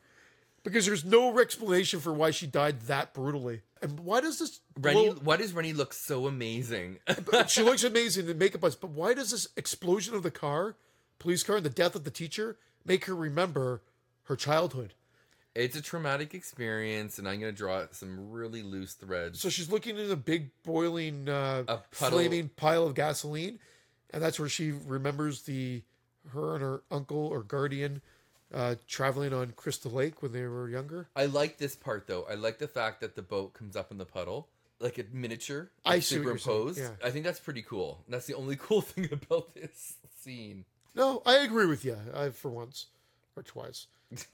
S1: because there's no explanation for why she died that brutally. And why does this?
S2: Rennie,
S1: blow-
S2: why does Rennie look so amazing?
S1: she looks amazing in makeup, wise, but why does this explosion of the car, police car, and the death of the teacher make her remember her childhood?
S2: it's a traumatic experience, and I'm gonna draw some really loose threads.
S1: So she's looking in a big boiling, uh,
S2: A puddle.
S1: flaming pile of gasoline, and that's where she remembers the her and her uncle or guardian uh, traveling on Crystal Lake when they were younger.
S2: I like this part though. I like the fact that the boat comes up in the puddle. Like a miniature,
S1: I
S2: like,
S1: see what you're saying,
S2: superimposed.
S1: yeah.
S2: I think that's pretty cool. That's the only cool thing about this scene.
S1: No, I agree with you. I for once or twice.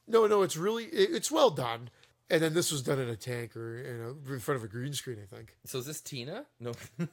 S1: No, no, it's really it, it's well done. And then this was done in a tank or you know in front of a green screen, I think.
S2: So is this Tina? No.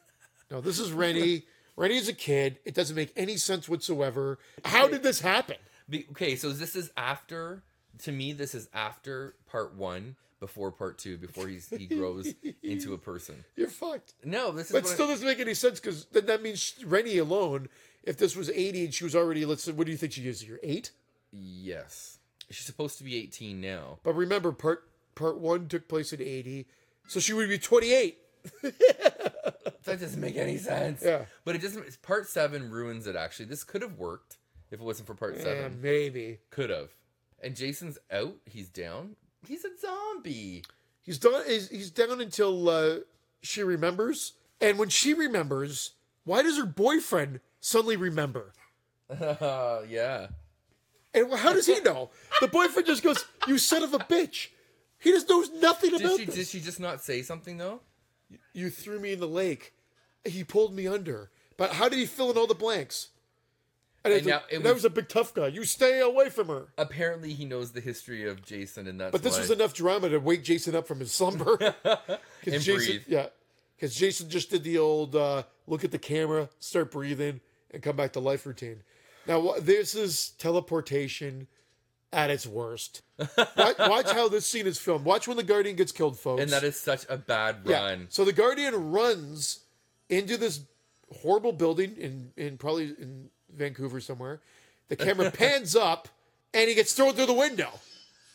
S1: No, this is Rennie Rennie is a kid. It doesn't make any sense whatsoever. How did this happen?
S2: Be- okay, so this is after. To me, this is after part one, before part two, before he's he grows into a person.
S1: You're fucked.
S2: No, this is.
S1: But
S2: what I-
S1: still doesn't make any sense because then that means Rennie alone. If this was 80 and she was already, let's say, what do you think she is? You're eight?
S2: yes, she's supposed to be eighteen now.
S1: But remember, part part one took place in 80, so she would be 28.
S2: That doesn't make any sense.
S1: Yeah.
S2: but it doesn't. Part seven ruins it. Actually, this could have worked if it wasn't for part
S1: Yeah,
S2: seven.
S1: maybe.
S2: Could have. And Jason's out. He's down. He's a zombie.
S1: He's done. He's, he's down until uh, she remembers. And when she remembers, why does her boyfriend suddenly remember?
S2: Uh, yeah.
S1: And wh- how does he know? The boyfriend just goes, "You son of a bitch." He just knows nothing
S2: Did
S1: about
S2: she
S1: this.
S2: did she just not say something though?
S1: You threw me in the lake. He pulled me under. But how did he fill in all the blanks? And,
S2: And
S1: it's like,
S2: now it
S1: that
S2: was-
S1: was a big tough guy. You stay away from her.
S2: Apparently, he knows the history of Jason, and that's
S1: But this
S2: why.
S1: was enough drama to wake Jason up from his slumber. and Jason,
S2: breathe.
S1: Yeah, because Jason just did the old uh, look at the camera, start breathing, and come back to life routine. Now wha- this is teleportation at its worst. watch, watch how this scene is filmed. Watch when the Guardian gets killed, folks.
S2: and that is such a bad
S1: Yeah.
S2: run.
S1: So the Guardian runs into this horrible building in, in probably in Vancouver somewhere. The camera pans up and he gets thrown through the window.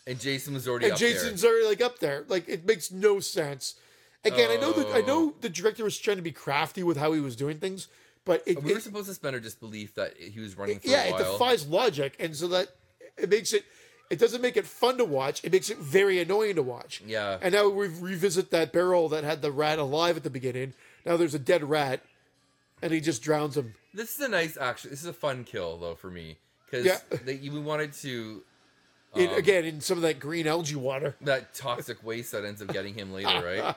S2: And Jason was already
S1: And
S2: up
S1: Jason's already like up there. Like it makes no sense. Again, I know that I
S2: Oh.
S1: know the director was trying to be crafty with how he was doing things, but it,
S2: there. We were
S1: it-
S2: supposed to suspend our disbelief that he was running for
S1: yeah,
S2: a
S1: it
S2: while.
S1: defies logic, and so that it makes it it doesn't make it fun to watch. It makes it very annoying to watch.
S2: Yeah.
S1: And now we revisit that barrel that had the rat alive at the beginning. Now there's a dead rat, and he just drowns him.
S2: this is a nice action. This is a fun kill though for me because
S1: Yeah.
S2: we wanted to Um.
S1: In, again, in some of that green algae water.
S2: that toxic waste that ends up getting him later, right?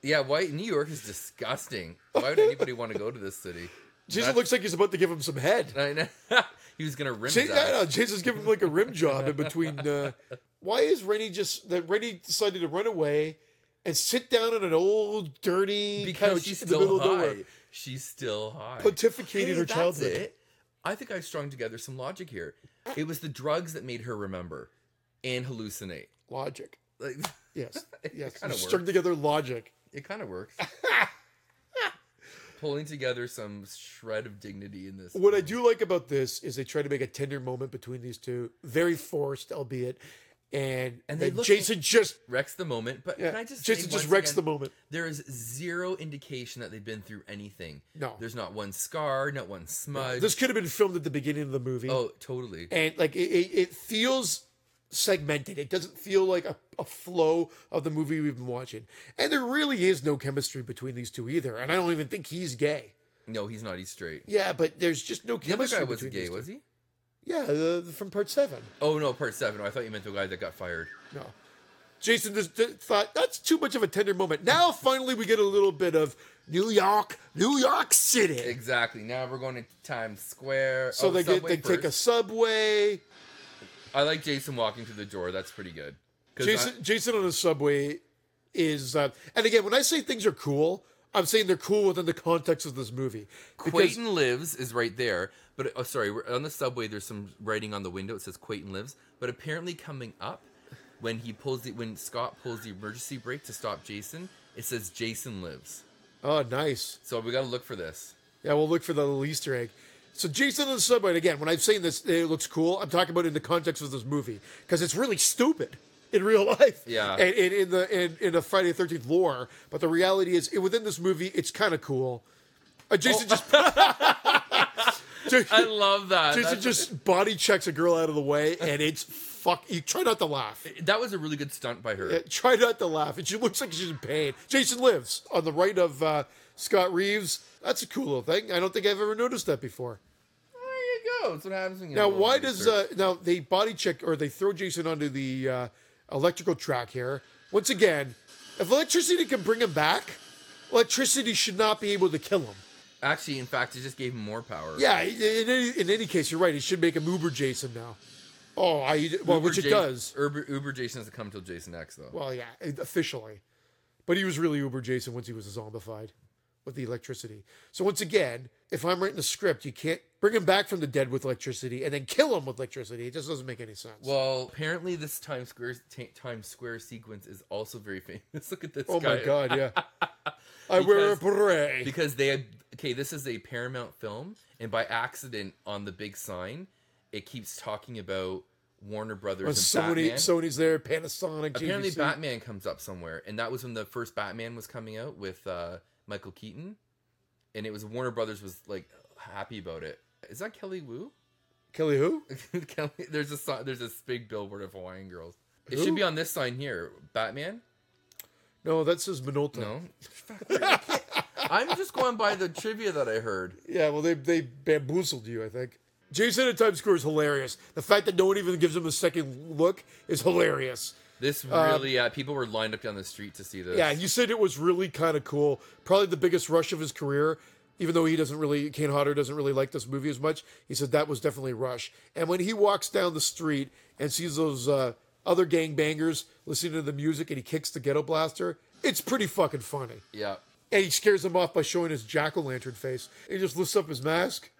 S2: Yeah, why New York is disgusting. Why would anybody want to go to this city?
S1: Jason
S2: That-
S1: looks like he's about to give him some head.
S2: I know. he was gonna rim
S1: See,
S2: his ass.
S1: yeah, no, Jason's giving him like a rim job in between. Uh, why is Rennie just that? Rennie decided to run away and sit down on an old dirty
S2: because
S1: couch
S2: she's
S1: in the
S2: still
S1: middle of
S2: high.
S1: nowhere,
S2: She's still high.
S1: pontificating
S2: Hey,
S1: her
S2: that's
S1: childhood.
S2: it. I think I strung together some logic here. It was the drugs that made her remember and hallucinate.
S1: Logic.
S2: Like
S1: Yes. Yes.
S2: kinda
S1: You String together logic.
S2: it kind of works. Pulling together some shred of dignity in this.
S1: What I do like about this is they try to make a tender moment between these two, very forced, albeit. And,
S2: And
S1: and
S2: they
S1: then
S2: look-
S1: Jason just
S2: wrecks the moment, but
S1: yeah,
S2: can I just say
S1: Jason just
S2: once
S1: wrecks
S2: again,
S1: the moment.
S2: There is zero indication that they've been through anything.
S1: No.
S2: There's not one scar, not one smudge.
S1: This could have been filmed at the beginning of the movie.
S2: oh, totally.
S1: and like it, it, it feels segmented it doesn't feel like a, a flow of the movie we've been watching and there really is no chemistry between these two either and i don't even think he's gay
S2: No, he's not. He's straight.
S1: yeah but there's just no
S2: The other
S1: chemistry
S2: guy
S1: between
S2: wasn't gay,
S1: these two.
S2: was he?
S1: yeah the, the- from part seven
S2: Oh no, part seven. I thought you meant the guy that got fired.
S1: no jason just d- thought that's too much of a tender moment now finally we get a little bit of new york new york city
S2: Exactly. Now we're going to Times Square.
S1: so
S2: Oh,
S1: they get they
S2: Subway
S1: take a
S2: first.
S1: subway
S2: I like Jason walking through the door. That's pretty good. 'Cause
S1: Jason, Jason on the subway is, uh, and again, when I say things are cool, I'm saying they're cool within the context of this movie.
S2: I-
S1: Because-
S2: Quayton lives is right there, but oh, sorry, we're on the subway. There's some writing on the window. It says Quayton lives, but apparently coming up, when he pulls the when Scott pulls the emergency brake to stop Jason, it says Jason lives.
S1: oh, nice.
S2: So we got to look for this.
S1: Yeah, we'll look for the little Easter egg. So Jason on the subway, and again, when I'm saying this, it looks cool. I'm talking about in the context of this movie because it's really stupid in real life.
S2: Yeah.
S1: and, and in the in, in a Friday the Thirteenth lore, but the reality is, it, within this movie, it's kind of cool. Uh, Jason just.
S2: I love that.
S1: Jason
S2: That's-
S1: just body checks a girl out of the way, and it's fuck. You try not to laugh.
S2: that was a really good stunt by her.
S1: Yeah, try not to laugh. And she looks like she's in pain. Jason lives on the right of uh, Scott Reeves. That's a cool little thing. I don't think I've ever noticed that before.
S2: There you go. That's what happens when you
S1: Now,
S2: have a little
S1: why does
S2: research.
S1: uh, now they body check or they throw Jason onto the uh, electrical track here? Once again, if electricity can bring him back, electricity should not be able to kill him.
S2: actually? In fact, it just gave him more power.
S1: Yeah, in any, in any case, you're right. He should make him Uber Jason now. Oh, I well,
S2: Uber
S1: which it
S2: Jas-
S1: does.
S2: Uber, Uber Jason doesn't come till Jason X though.
S1: Well, yeah, officially, but he was really Uber Jason once he was zombified. with the electricity. So once again, if I'm writing a script, you can't bring him back from the dead with electricity and then kill him with electricity. It just doesn't make any sense.
S2: Well, apparently this Times Square t- Times Square sequence is also very famous. Look at this.
S1: oh my
S2: guy.
S1: god, yeah. I wear a
S2: Because-
S1: beret.
S2: Because they had okay, this is a Paramount film, and by accident on the big sign, it keeps talking about Warner Brothers
S1: When
S2: and
S1: Sony,
S2: Batman.
S1: Sony's there, Panasonic,
S2: Apparently,
S1: GVC.
S2: Batman comes up somewhere, and that was when the first Batman was coming out with uh, Michael Keaton, and it was Warner Brothers was like happy about it. Is that Kelly Wu?
S1: Kelly who?
S2: Kelly, there's a si- there's this big billboard of Hawaiian girls. It
S1: Who?
S2: should be on this sign here. Batman?
S1: No, that says Minolta.
S2: No. Fuck, I can't- I'm just going by the trivia that I heard.
S1: Yeah, well, they they bamboozled you, I think. Jason at Times Square is hilarious. The fact that no one even gives him a second look is hilarious.
S2: This really, uh, people were lined up down the street to see this.
S1: Yeah, you said it was really kind of cool. Probably the biggest rush of his career, even though he doesn't really, Kane Hodder doesn't really like this movie as much. He said that was definitely rush. And when he walks down the street and sees those uh, other gangbangers listening to the music and he kicks the ghetto blaster, it's pretty fucking funny.
S2: yeah.
S1: And he scares them off by showing his jack o' lantern face. He just lifts up his mask.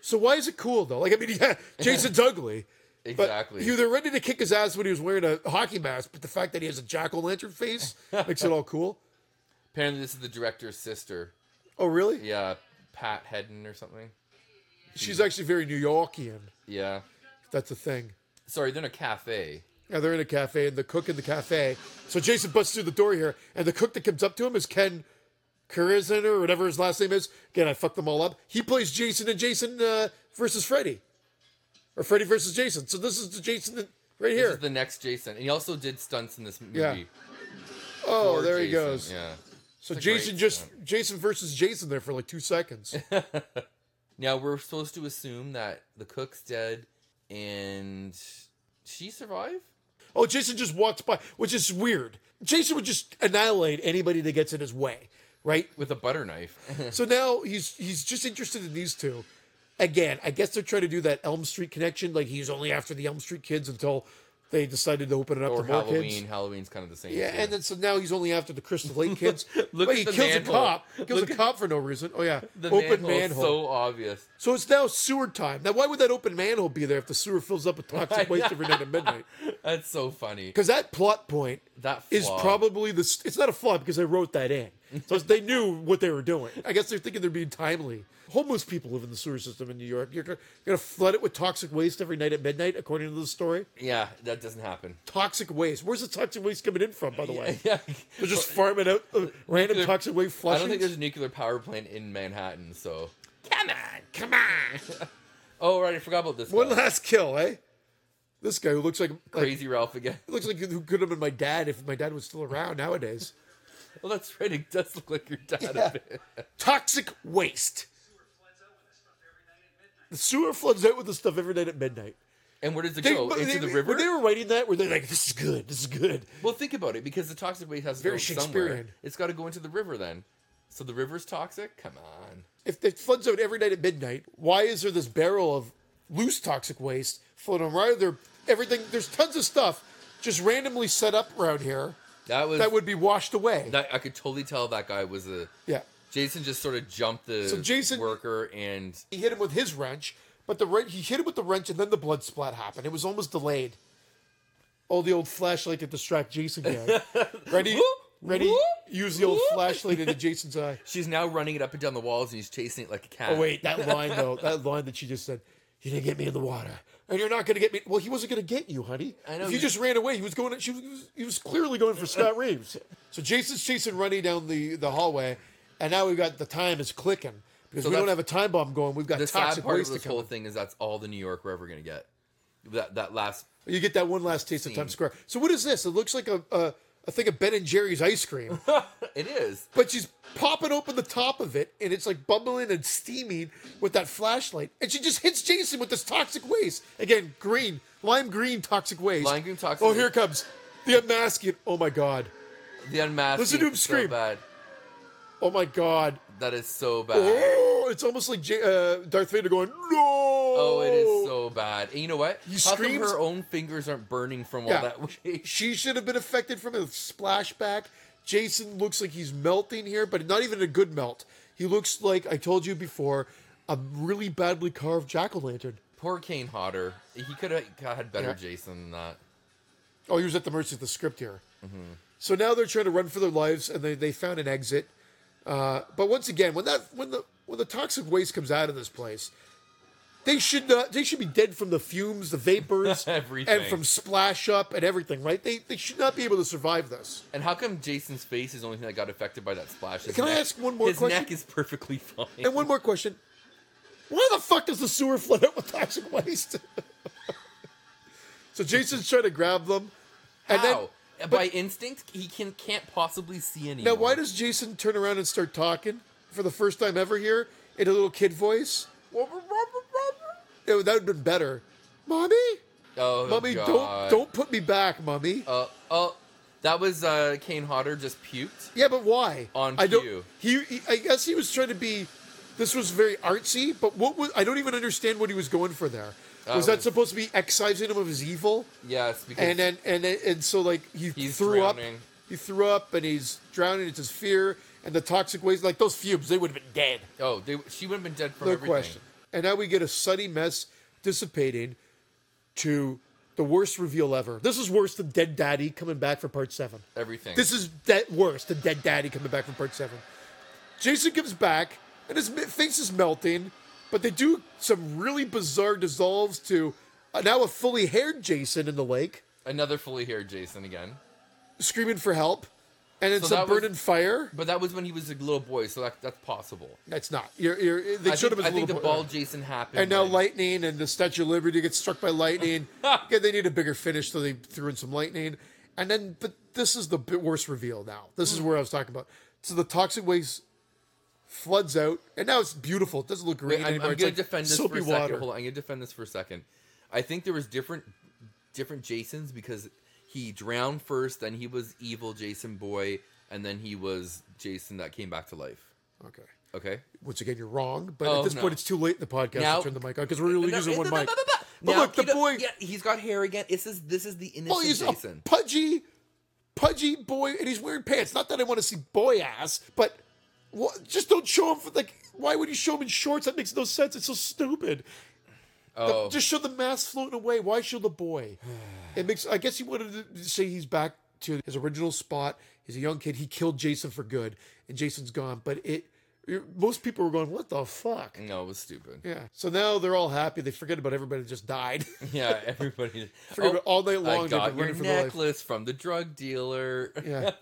S1: So why is it cool though? Like I mean, yeah, Jason's ugly. but
S2: Exactly.
S1: You they're ready to kick his ass when he was wearing a hockey mask, but the fact that he has a jack o' lantern face makes it all cool.
S2: Apparently, this is the director's sister.
S1: Oh really?
S2: Yeah, Pat Hedden or something.
S1: She's actually very New Yorkian.
S2: Yeah.
S1: if That's a thing.
S2: Sorry, they're in a cafe.
S1: Yeah, they're in a cafe, and the cook in the cafe. So Jason busts through the door here, and the cook that comes up to him is Ken Kurizen or whatever his last name is. Again, I fucked them all up. He plays Jason and Jason uh, versus Freddy, or Freddy versus Jason. So this is the Jason that, right
S2: This
S1: here.
S2: is the next Jason, and he also did stunts in this movie.
S1: Yeah. oh,
S2: for
S1: there he
S2: Jason.
S1: goes.
S2: Yeah.
S1: So
S2: It's a
S1: Jason
S2: great
S1: just
S2: stunt.
S1: Jason versus Jason there for like two seconds.
S2: Now we're supposed to assume that the cook's dead, and she survived.
S1: oh, Jason just walks by, which is weird. Jason would just annihilate anybody that gets in his way, right?
S2: with a butter knife.
S1: So now he's he's just interested in these two. Again, I guess they're trying to do that Elm Street connection. Like he's only after the Elm Street kids until they decided to open it up
S2: or
S1: to more
S2: Halloween.
S1: kids.
S2: Halloween's kind of the same.
S1: Yeah,
S2: too.
S1: and then so now he's only after the Crystal Lake kids.
S2: look
S1: But
S2: at
S1: he
S2: the
S1: kills
S2: manhole.
S1: a cop, kills
S2: Look
S1: a
S2: at-
S1: cop for no reason. Oh yeah,
S2: the
S1: open
S2: manhole's
S1: manhole.
S2: so obvious.
S1: So, it's now sewer time. Now why would that open manhole be there if the sewer fills up with toxic waste every night at midnight?
S2: That's so funny.
S1: Because that plot point
S2: That
S1: is
S2: flaw.
S1: probably the. st- It's not a flaw because they wrote that in, so they knew what they were doing. I guess they're thinking they're being timely. Homeless people live in the sewer system in New York. You're go- you're gonna flood it with toxic waste every night at midnight, according to the story.
S2: Yeah, that doesn't happen.
S1: Toxic waste. Where's the toxic waste coming in from? By the way,
S2: Yeah,
S1: they're just farming out uh, random
S2: Nuclear-
S1: toxic waste
S2: I
S1: flushing.
S2: don't think there's a nuclear power plant in Manhattan. So,
S1: Come on, come on.
S2: oh right, I forgot about this.
S1: One
S2: guy.
S1: last kill, eh? This guy who looks like, like
S2: Crazy Ralph again.
S1: looks like who could have been my dad if my dad was still around nowadays.
S2: Well, that's right. It does look like your dad.
S1: Yeah.
S2: A bit.
S1: toxic waste. The sewer floods out with this stuff every night at midnight.
S2: And where does it
S1: They-
S2: go?
S1: but
S2: Oh, Into
S1: they-
S2: the river.
S1: When they were writing that, were they like, "This is good. This is good."
S2: well, think about it, because the toxic waste has to
S1: Very
S2: go somewhere.
S1: Shakespearean.
S2: It's got to go into the river then. So the river's toxic. Come on.
S1: If it floods out every night at midnight, why is there this barrel of loose toxic waste floating around there? Everything there's tons of stuff just randomly set up around here
S2: That was
S1: that would be washed away.
S2: That I could totally tell that guy was a.
S1: yeah,
S2: Jason just sort of jumped the
S1: So Jason-
S2: worker and
S1: he hit him with his wrench, but the wren- he hit him with the wrench, and then the blood splat happened. It was almost delayed. Oh, the old flashlight to distract Jason guy. Ready?
S2: Whoop,
S1: Ready?
S2: whoop,
S1: Use the old
S2: whoop.
S1: flashlight into Jason's eye.
S2: she's now running it up and down the walls and he's chasing it like a cat.
S1: Oh wait, that line though, that line that she just said, "You didn't get me in the water, and you're not gonna get me." Well, he wasn't gonna get you, honey.
S2: I know,
S1: If
S2: you-
S1: you just ran away. He was going. She was. He was clearly going for Scott Reeves. So Jason's chasing Runny down the the hallway, and now we've got the time is clicking because
S2: So
S1: we don't have
S2: that's-
S1: a time bomb going. We've got
S2: The sad
S1: toxic
S2: part of
S1: waste to
S2: this
S1: come.
S2: whole thing is that's all the New York we're ever gonna get. That that last
S1: You get that one last taste of Times Square. So what is this? It looks like a a, a thing of Ben and Jerry's ice cream,
S2: it is.
S1: but she's popping open the top of it, and it's like bubbling and steaming with that flashlight, and she just hits Jason with this toxic waste again, green lime green toxic waste.
S2: Lime green toxic
S1: Oh, here
S2: waste.
S1: it comes the unmasking. Oh my god.
S2: The unmasked.
S1: Listen to him scream.
S2: So bad.
S1: Oh my god.
S2: That is so bad. Oh,
S1: Oh, it's almost like J- uh, Darth Vader going no.
S2: Oh, it is so bad. And you know what?
S1: He
S2: How come
S1: screams-
S2: her own fingers aren't burning from all
S1: Yeah.
S2: that waste?
S1: She should have been affected from a splashback. Jason looks like he's melting here, but not even a good melt. He looks like I told you before, a really badly carved jack o' lantern.
S2: Poor Kane Hodder. He could have had better
S1: Yeah.
S2: Jason than that.
S1: Oh, he was at the mercy of the script here. So now they're trying to run for their lives, and they, they found an exit. Uh, but once again, when that when the when the toxic waste comes out of this place, they should not, they should be dead from the fumes, the vapors,
S2: Everything.
S1: and from splash up and everything. Right? They they should not be able to survive this.
S2: And how come Jason's face is the only thing that got affected by that splash? His
S1: Can I
S2: neck-
S1: ask one more
S2: his
S1: question?
S2: neck is perfectly fine.
S1: And one more question: Why the fuck does the sewer flood out with toxic waste? so Jason's trying to grab them, and then
S2: how? By instinct, he can can't possibly see anyone.
S1: Now, why does Jason turn around and start talking for the first time ever here in a little kid voice? It would- that would have been better. Mommy?
S2: Oh,
S1: Mommy,
S2: God.
S1: don't don't put me back, mommy.
S2: Uh, oh, that was uh, Kane Hodder just puked.
S1: yeah, but why?
S2: on
S1: I don't,
S2: cue.
S1: He, he- I guess he was trying to be. This was very artsy, but what was? I don't even understand what he was going for there.
S2: That
S1: was that
S2: was-
S1: supposed to be excising him of his evil?
S2: Yes, because
S1: and then and then- and so like he
S2: He's
S1: threw up
S2: drowning.
S1: he threw up and he's drowning it's his fear and the toxic waste like those fumes they would have been dead
S2: oh, they, she would have been dead from
S1: no
S2: everything.
S1: question and now we get a sunny mess dissipating to the worst reveal ever this is worse than dead daddy coming back for part seven
S2: Everything.
S1: this is that worse than dead daddy coming back from part seven jason comes back and his mi- face is melting but they do some really bizarre dissolves to uh, now a fully haired jason in the lake
S2: another fully haired Jason again.
S1: screaming for help, and it's a
S2: that was-
S1: burning fire.
S2: But that was when he was a little boy, so that, that's possible.
S1: That's not. You're, you're, they
S2: I
S1: should
S2: think,
S1: have been
S2: I think the
S1: boy.
S2: bald Jason happened.
S1: And now
S2: when-
S1: lightning and the Statue of Liberty gets struck by lightning. yeah, they need a bigger finish, so they threw in some lightning. And then, but this is the bit worst reveal now. This
S2: Mm.
S1: is where I was talking about. So the toxic waste floods out, and now it's beautiful. It doesn't look green
S2: Wait, I'm,
S1: anymore.
S2: I'm
S1: It's
S2: gonna
S1: like
S2: defend this for
S1: soapy
S2: a second.
S1: water.
S2: Hold on, I'm gonna defend this for a second. I think there was different different Jasons because he drowned first, then he was evil Jason boy, and then he was Jason that came back to life.
S1: Okay.
S2: Okay.
S1: Once again, you're wrong, but
S2: Oh,
S1: at this
S2: no.
S1: point, it's too late in the podcast
S2: Now-
S1: to turn the mic on because we're only
S2: No,
S1: using
S2: no,
S1: one
S2: no, no,
S1: mic.
S2: no, no, no.
S1: But
S2: Now
S1: look, the
S2: he don't-
S1: boy.
S2: yeah, he's got hair again. This is this is the innocent
S1: Well, he's
S2: Jason.
S1: a pudgy, pudgy boy, and he's wearing pants. Not that I want to see boy ass, but wha- just don't show him. For, like, why would you show him in shorts? That makes no sense. It's so stupid.
S2: oh,
S1: Just show the mask floating away. Why show the boy? It makes. I guess he wanted to say he's back to his original spot. He's a young kid. He killed Jason for good, and Jason's gone. But it, most people were going, "What the fuck."
S2: no, it was stupid.
S1: Yeah. So now they're all happy. They forget about everybody that just died.
S2: Yeah, everybody.
S1: forget
S2: Oh,
S1: about all night long.
S2: I
S1: they've
S2: got
S1: been
S2: your
S1: running for their life.
S2: necklace from the drug dealer.
S1: Yeah.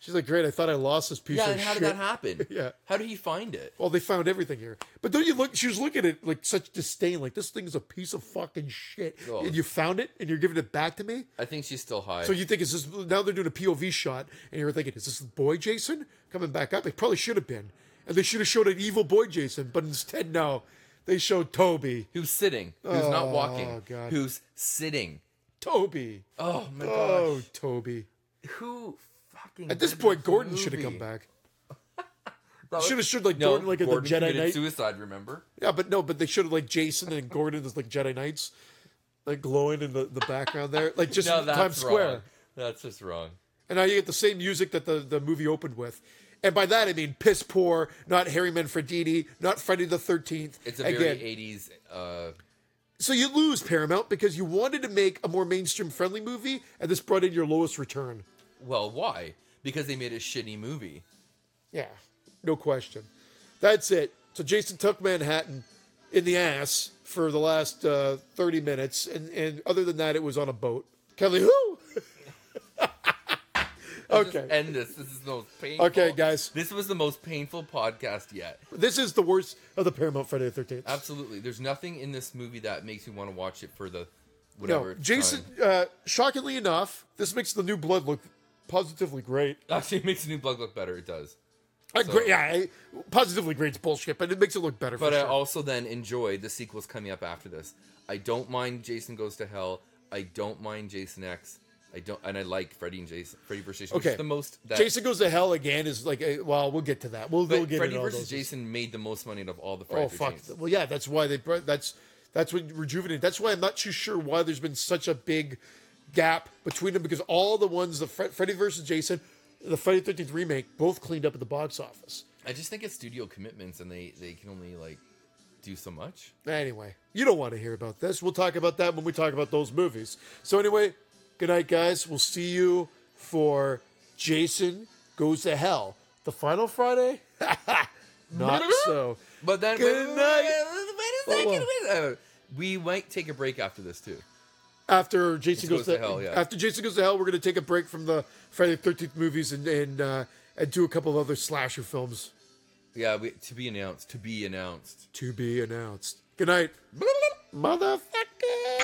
S1: She's like, great. I thought I lost this piece
S2: Yeah,
S1: of
S2: and how
S1: shit.
S2: did that happen?
S1: Yeah.
S2: How did he find it?
S1: Well, they found everything here. But don't you look? She was looking at it like such disdain. Like this thing is a piece of fucking shit.
S2: Oh.
S1: And you found it, and you're giving it back to me.
S2: I think she's still high.
S1: So you think is this? Now they're doing a POV shot, and you're thinking, is this the boy Jason coming back up? It probably should have been, and they should have showed an evil boy Jason, but instead, no, they showed Toby.
S2: who's sitting, who's not walking,
S1: Oh, God.
S2: who's sitting.
S1: Toby.
S2: Oh my
S1: Oh,
S2: gosh.
S1: Toby.
S2: Who fucking
S1: At this
S2: did
S1: point,
S2: this
S1: Gordon should have come
S2: movie?
S1: back.
S2: That was-
S1: Should have showed like Gordon like at
S2: Gordon
S1: the Jedi
S2: committed
S1: Knight.
S2: suicide, remember?
S1: Yeah, but no, but they showed like Jason and Gordon as like Jedi Knights, like glowing in the, the background there, like just
S2: No,
S1: in
S2: that's
S1: Times Square.
S2: wrong. That's just wrong.
S1: And now you get the same music that the, the movie opened with. And by that I mean piss poor, not Harry Manfredini, not Friday the Thirteenth.
S2: It's a very 80s. Uh,
S1: so you lose Paramount because you wanted to make a more mainstream friendly movie, and this brought in your lowest return.
S2: well, why? Because they made a shitty movie.
S1: Yeah, no question. That's it. So Jason took Manhattan in the ass for the last uh, 30 minutes, and, and other than that, it was on a boat. Kelly, who?
S2: Let's
S1: okay.
S2: Just end this. This is the most painful.
S1: Okay, guys.
S2: This was the most painful podcast yet.
S1: This is the worst of the Paramount Friday the 13th.
S2: Absolutely. There's nothing in this movie that makes me want to watch it for the
S1: No,
S2: whatever.
S1: Jason, uh,
S2: time.
S1: shockingly enough, this makes the new blood look positively great.
S2: Actually, it makes the new blood look better. It does.
S1: Uh, great yeah, I, positively great's bullshit, but it makes it look better
S2: But
S1: for
S2: I
S1: sure.
S2: also then enjoy the sequels coming up after this. I don't mind Jason Goes to Hell. I don't mind Jason X. I don't, and I like Freddy and Jason. Freddy versus Jason, which
S1: Okay.
S2: is the most that
S1: Jason goes to hell again is like, a, well, we'll get to that. We'll,
S2: but
S1: we'll get
S2: Freddy
S1: into all
S2: versus
S1: those.
S2: Jason made the most money out of all the Freddy
S1: Oh fuck!
S2: Jason.
S1: Well, yeah, that's why they. brought- That's that's what rejuvenated. That's why I'm not too sure why there's been such a big gap between them because all the ones the Fre- Freddy versus Jason, the Friday Thirteenth remake both cleaned up at the box office.
S2: I just think it's studio commitments, and they they can only like do so much.
S1: Anyway, you don't want to hear about this. We'll talk about that when we talk about those movies. So anyway, good night, guys. We'll see you for Jason Goes to Hell. The final Friday? Not so.
S2: But then
S1: Good
S2: wait,
S1: night.
S2: Wait, wait, wait, wait a second. Wait, a- uh, we might take a break after this too.
S1: After Jason goes, to, hell,
S2: yeah.
S1: after Jason goes to hell, we're gonna take a break from the Friday the Thirteenth movies and and uh, and do a couple other slasher films
S2: Yeah, we, to be announced. To be announced.
S1: to be announced. Good night, motherfucker.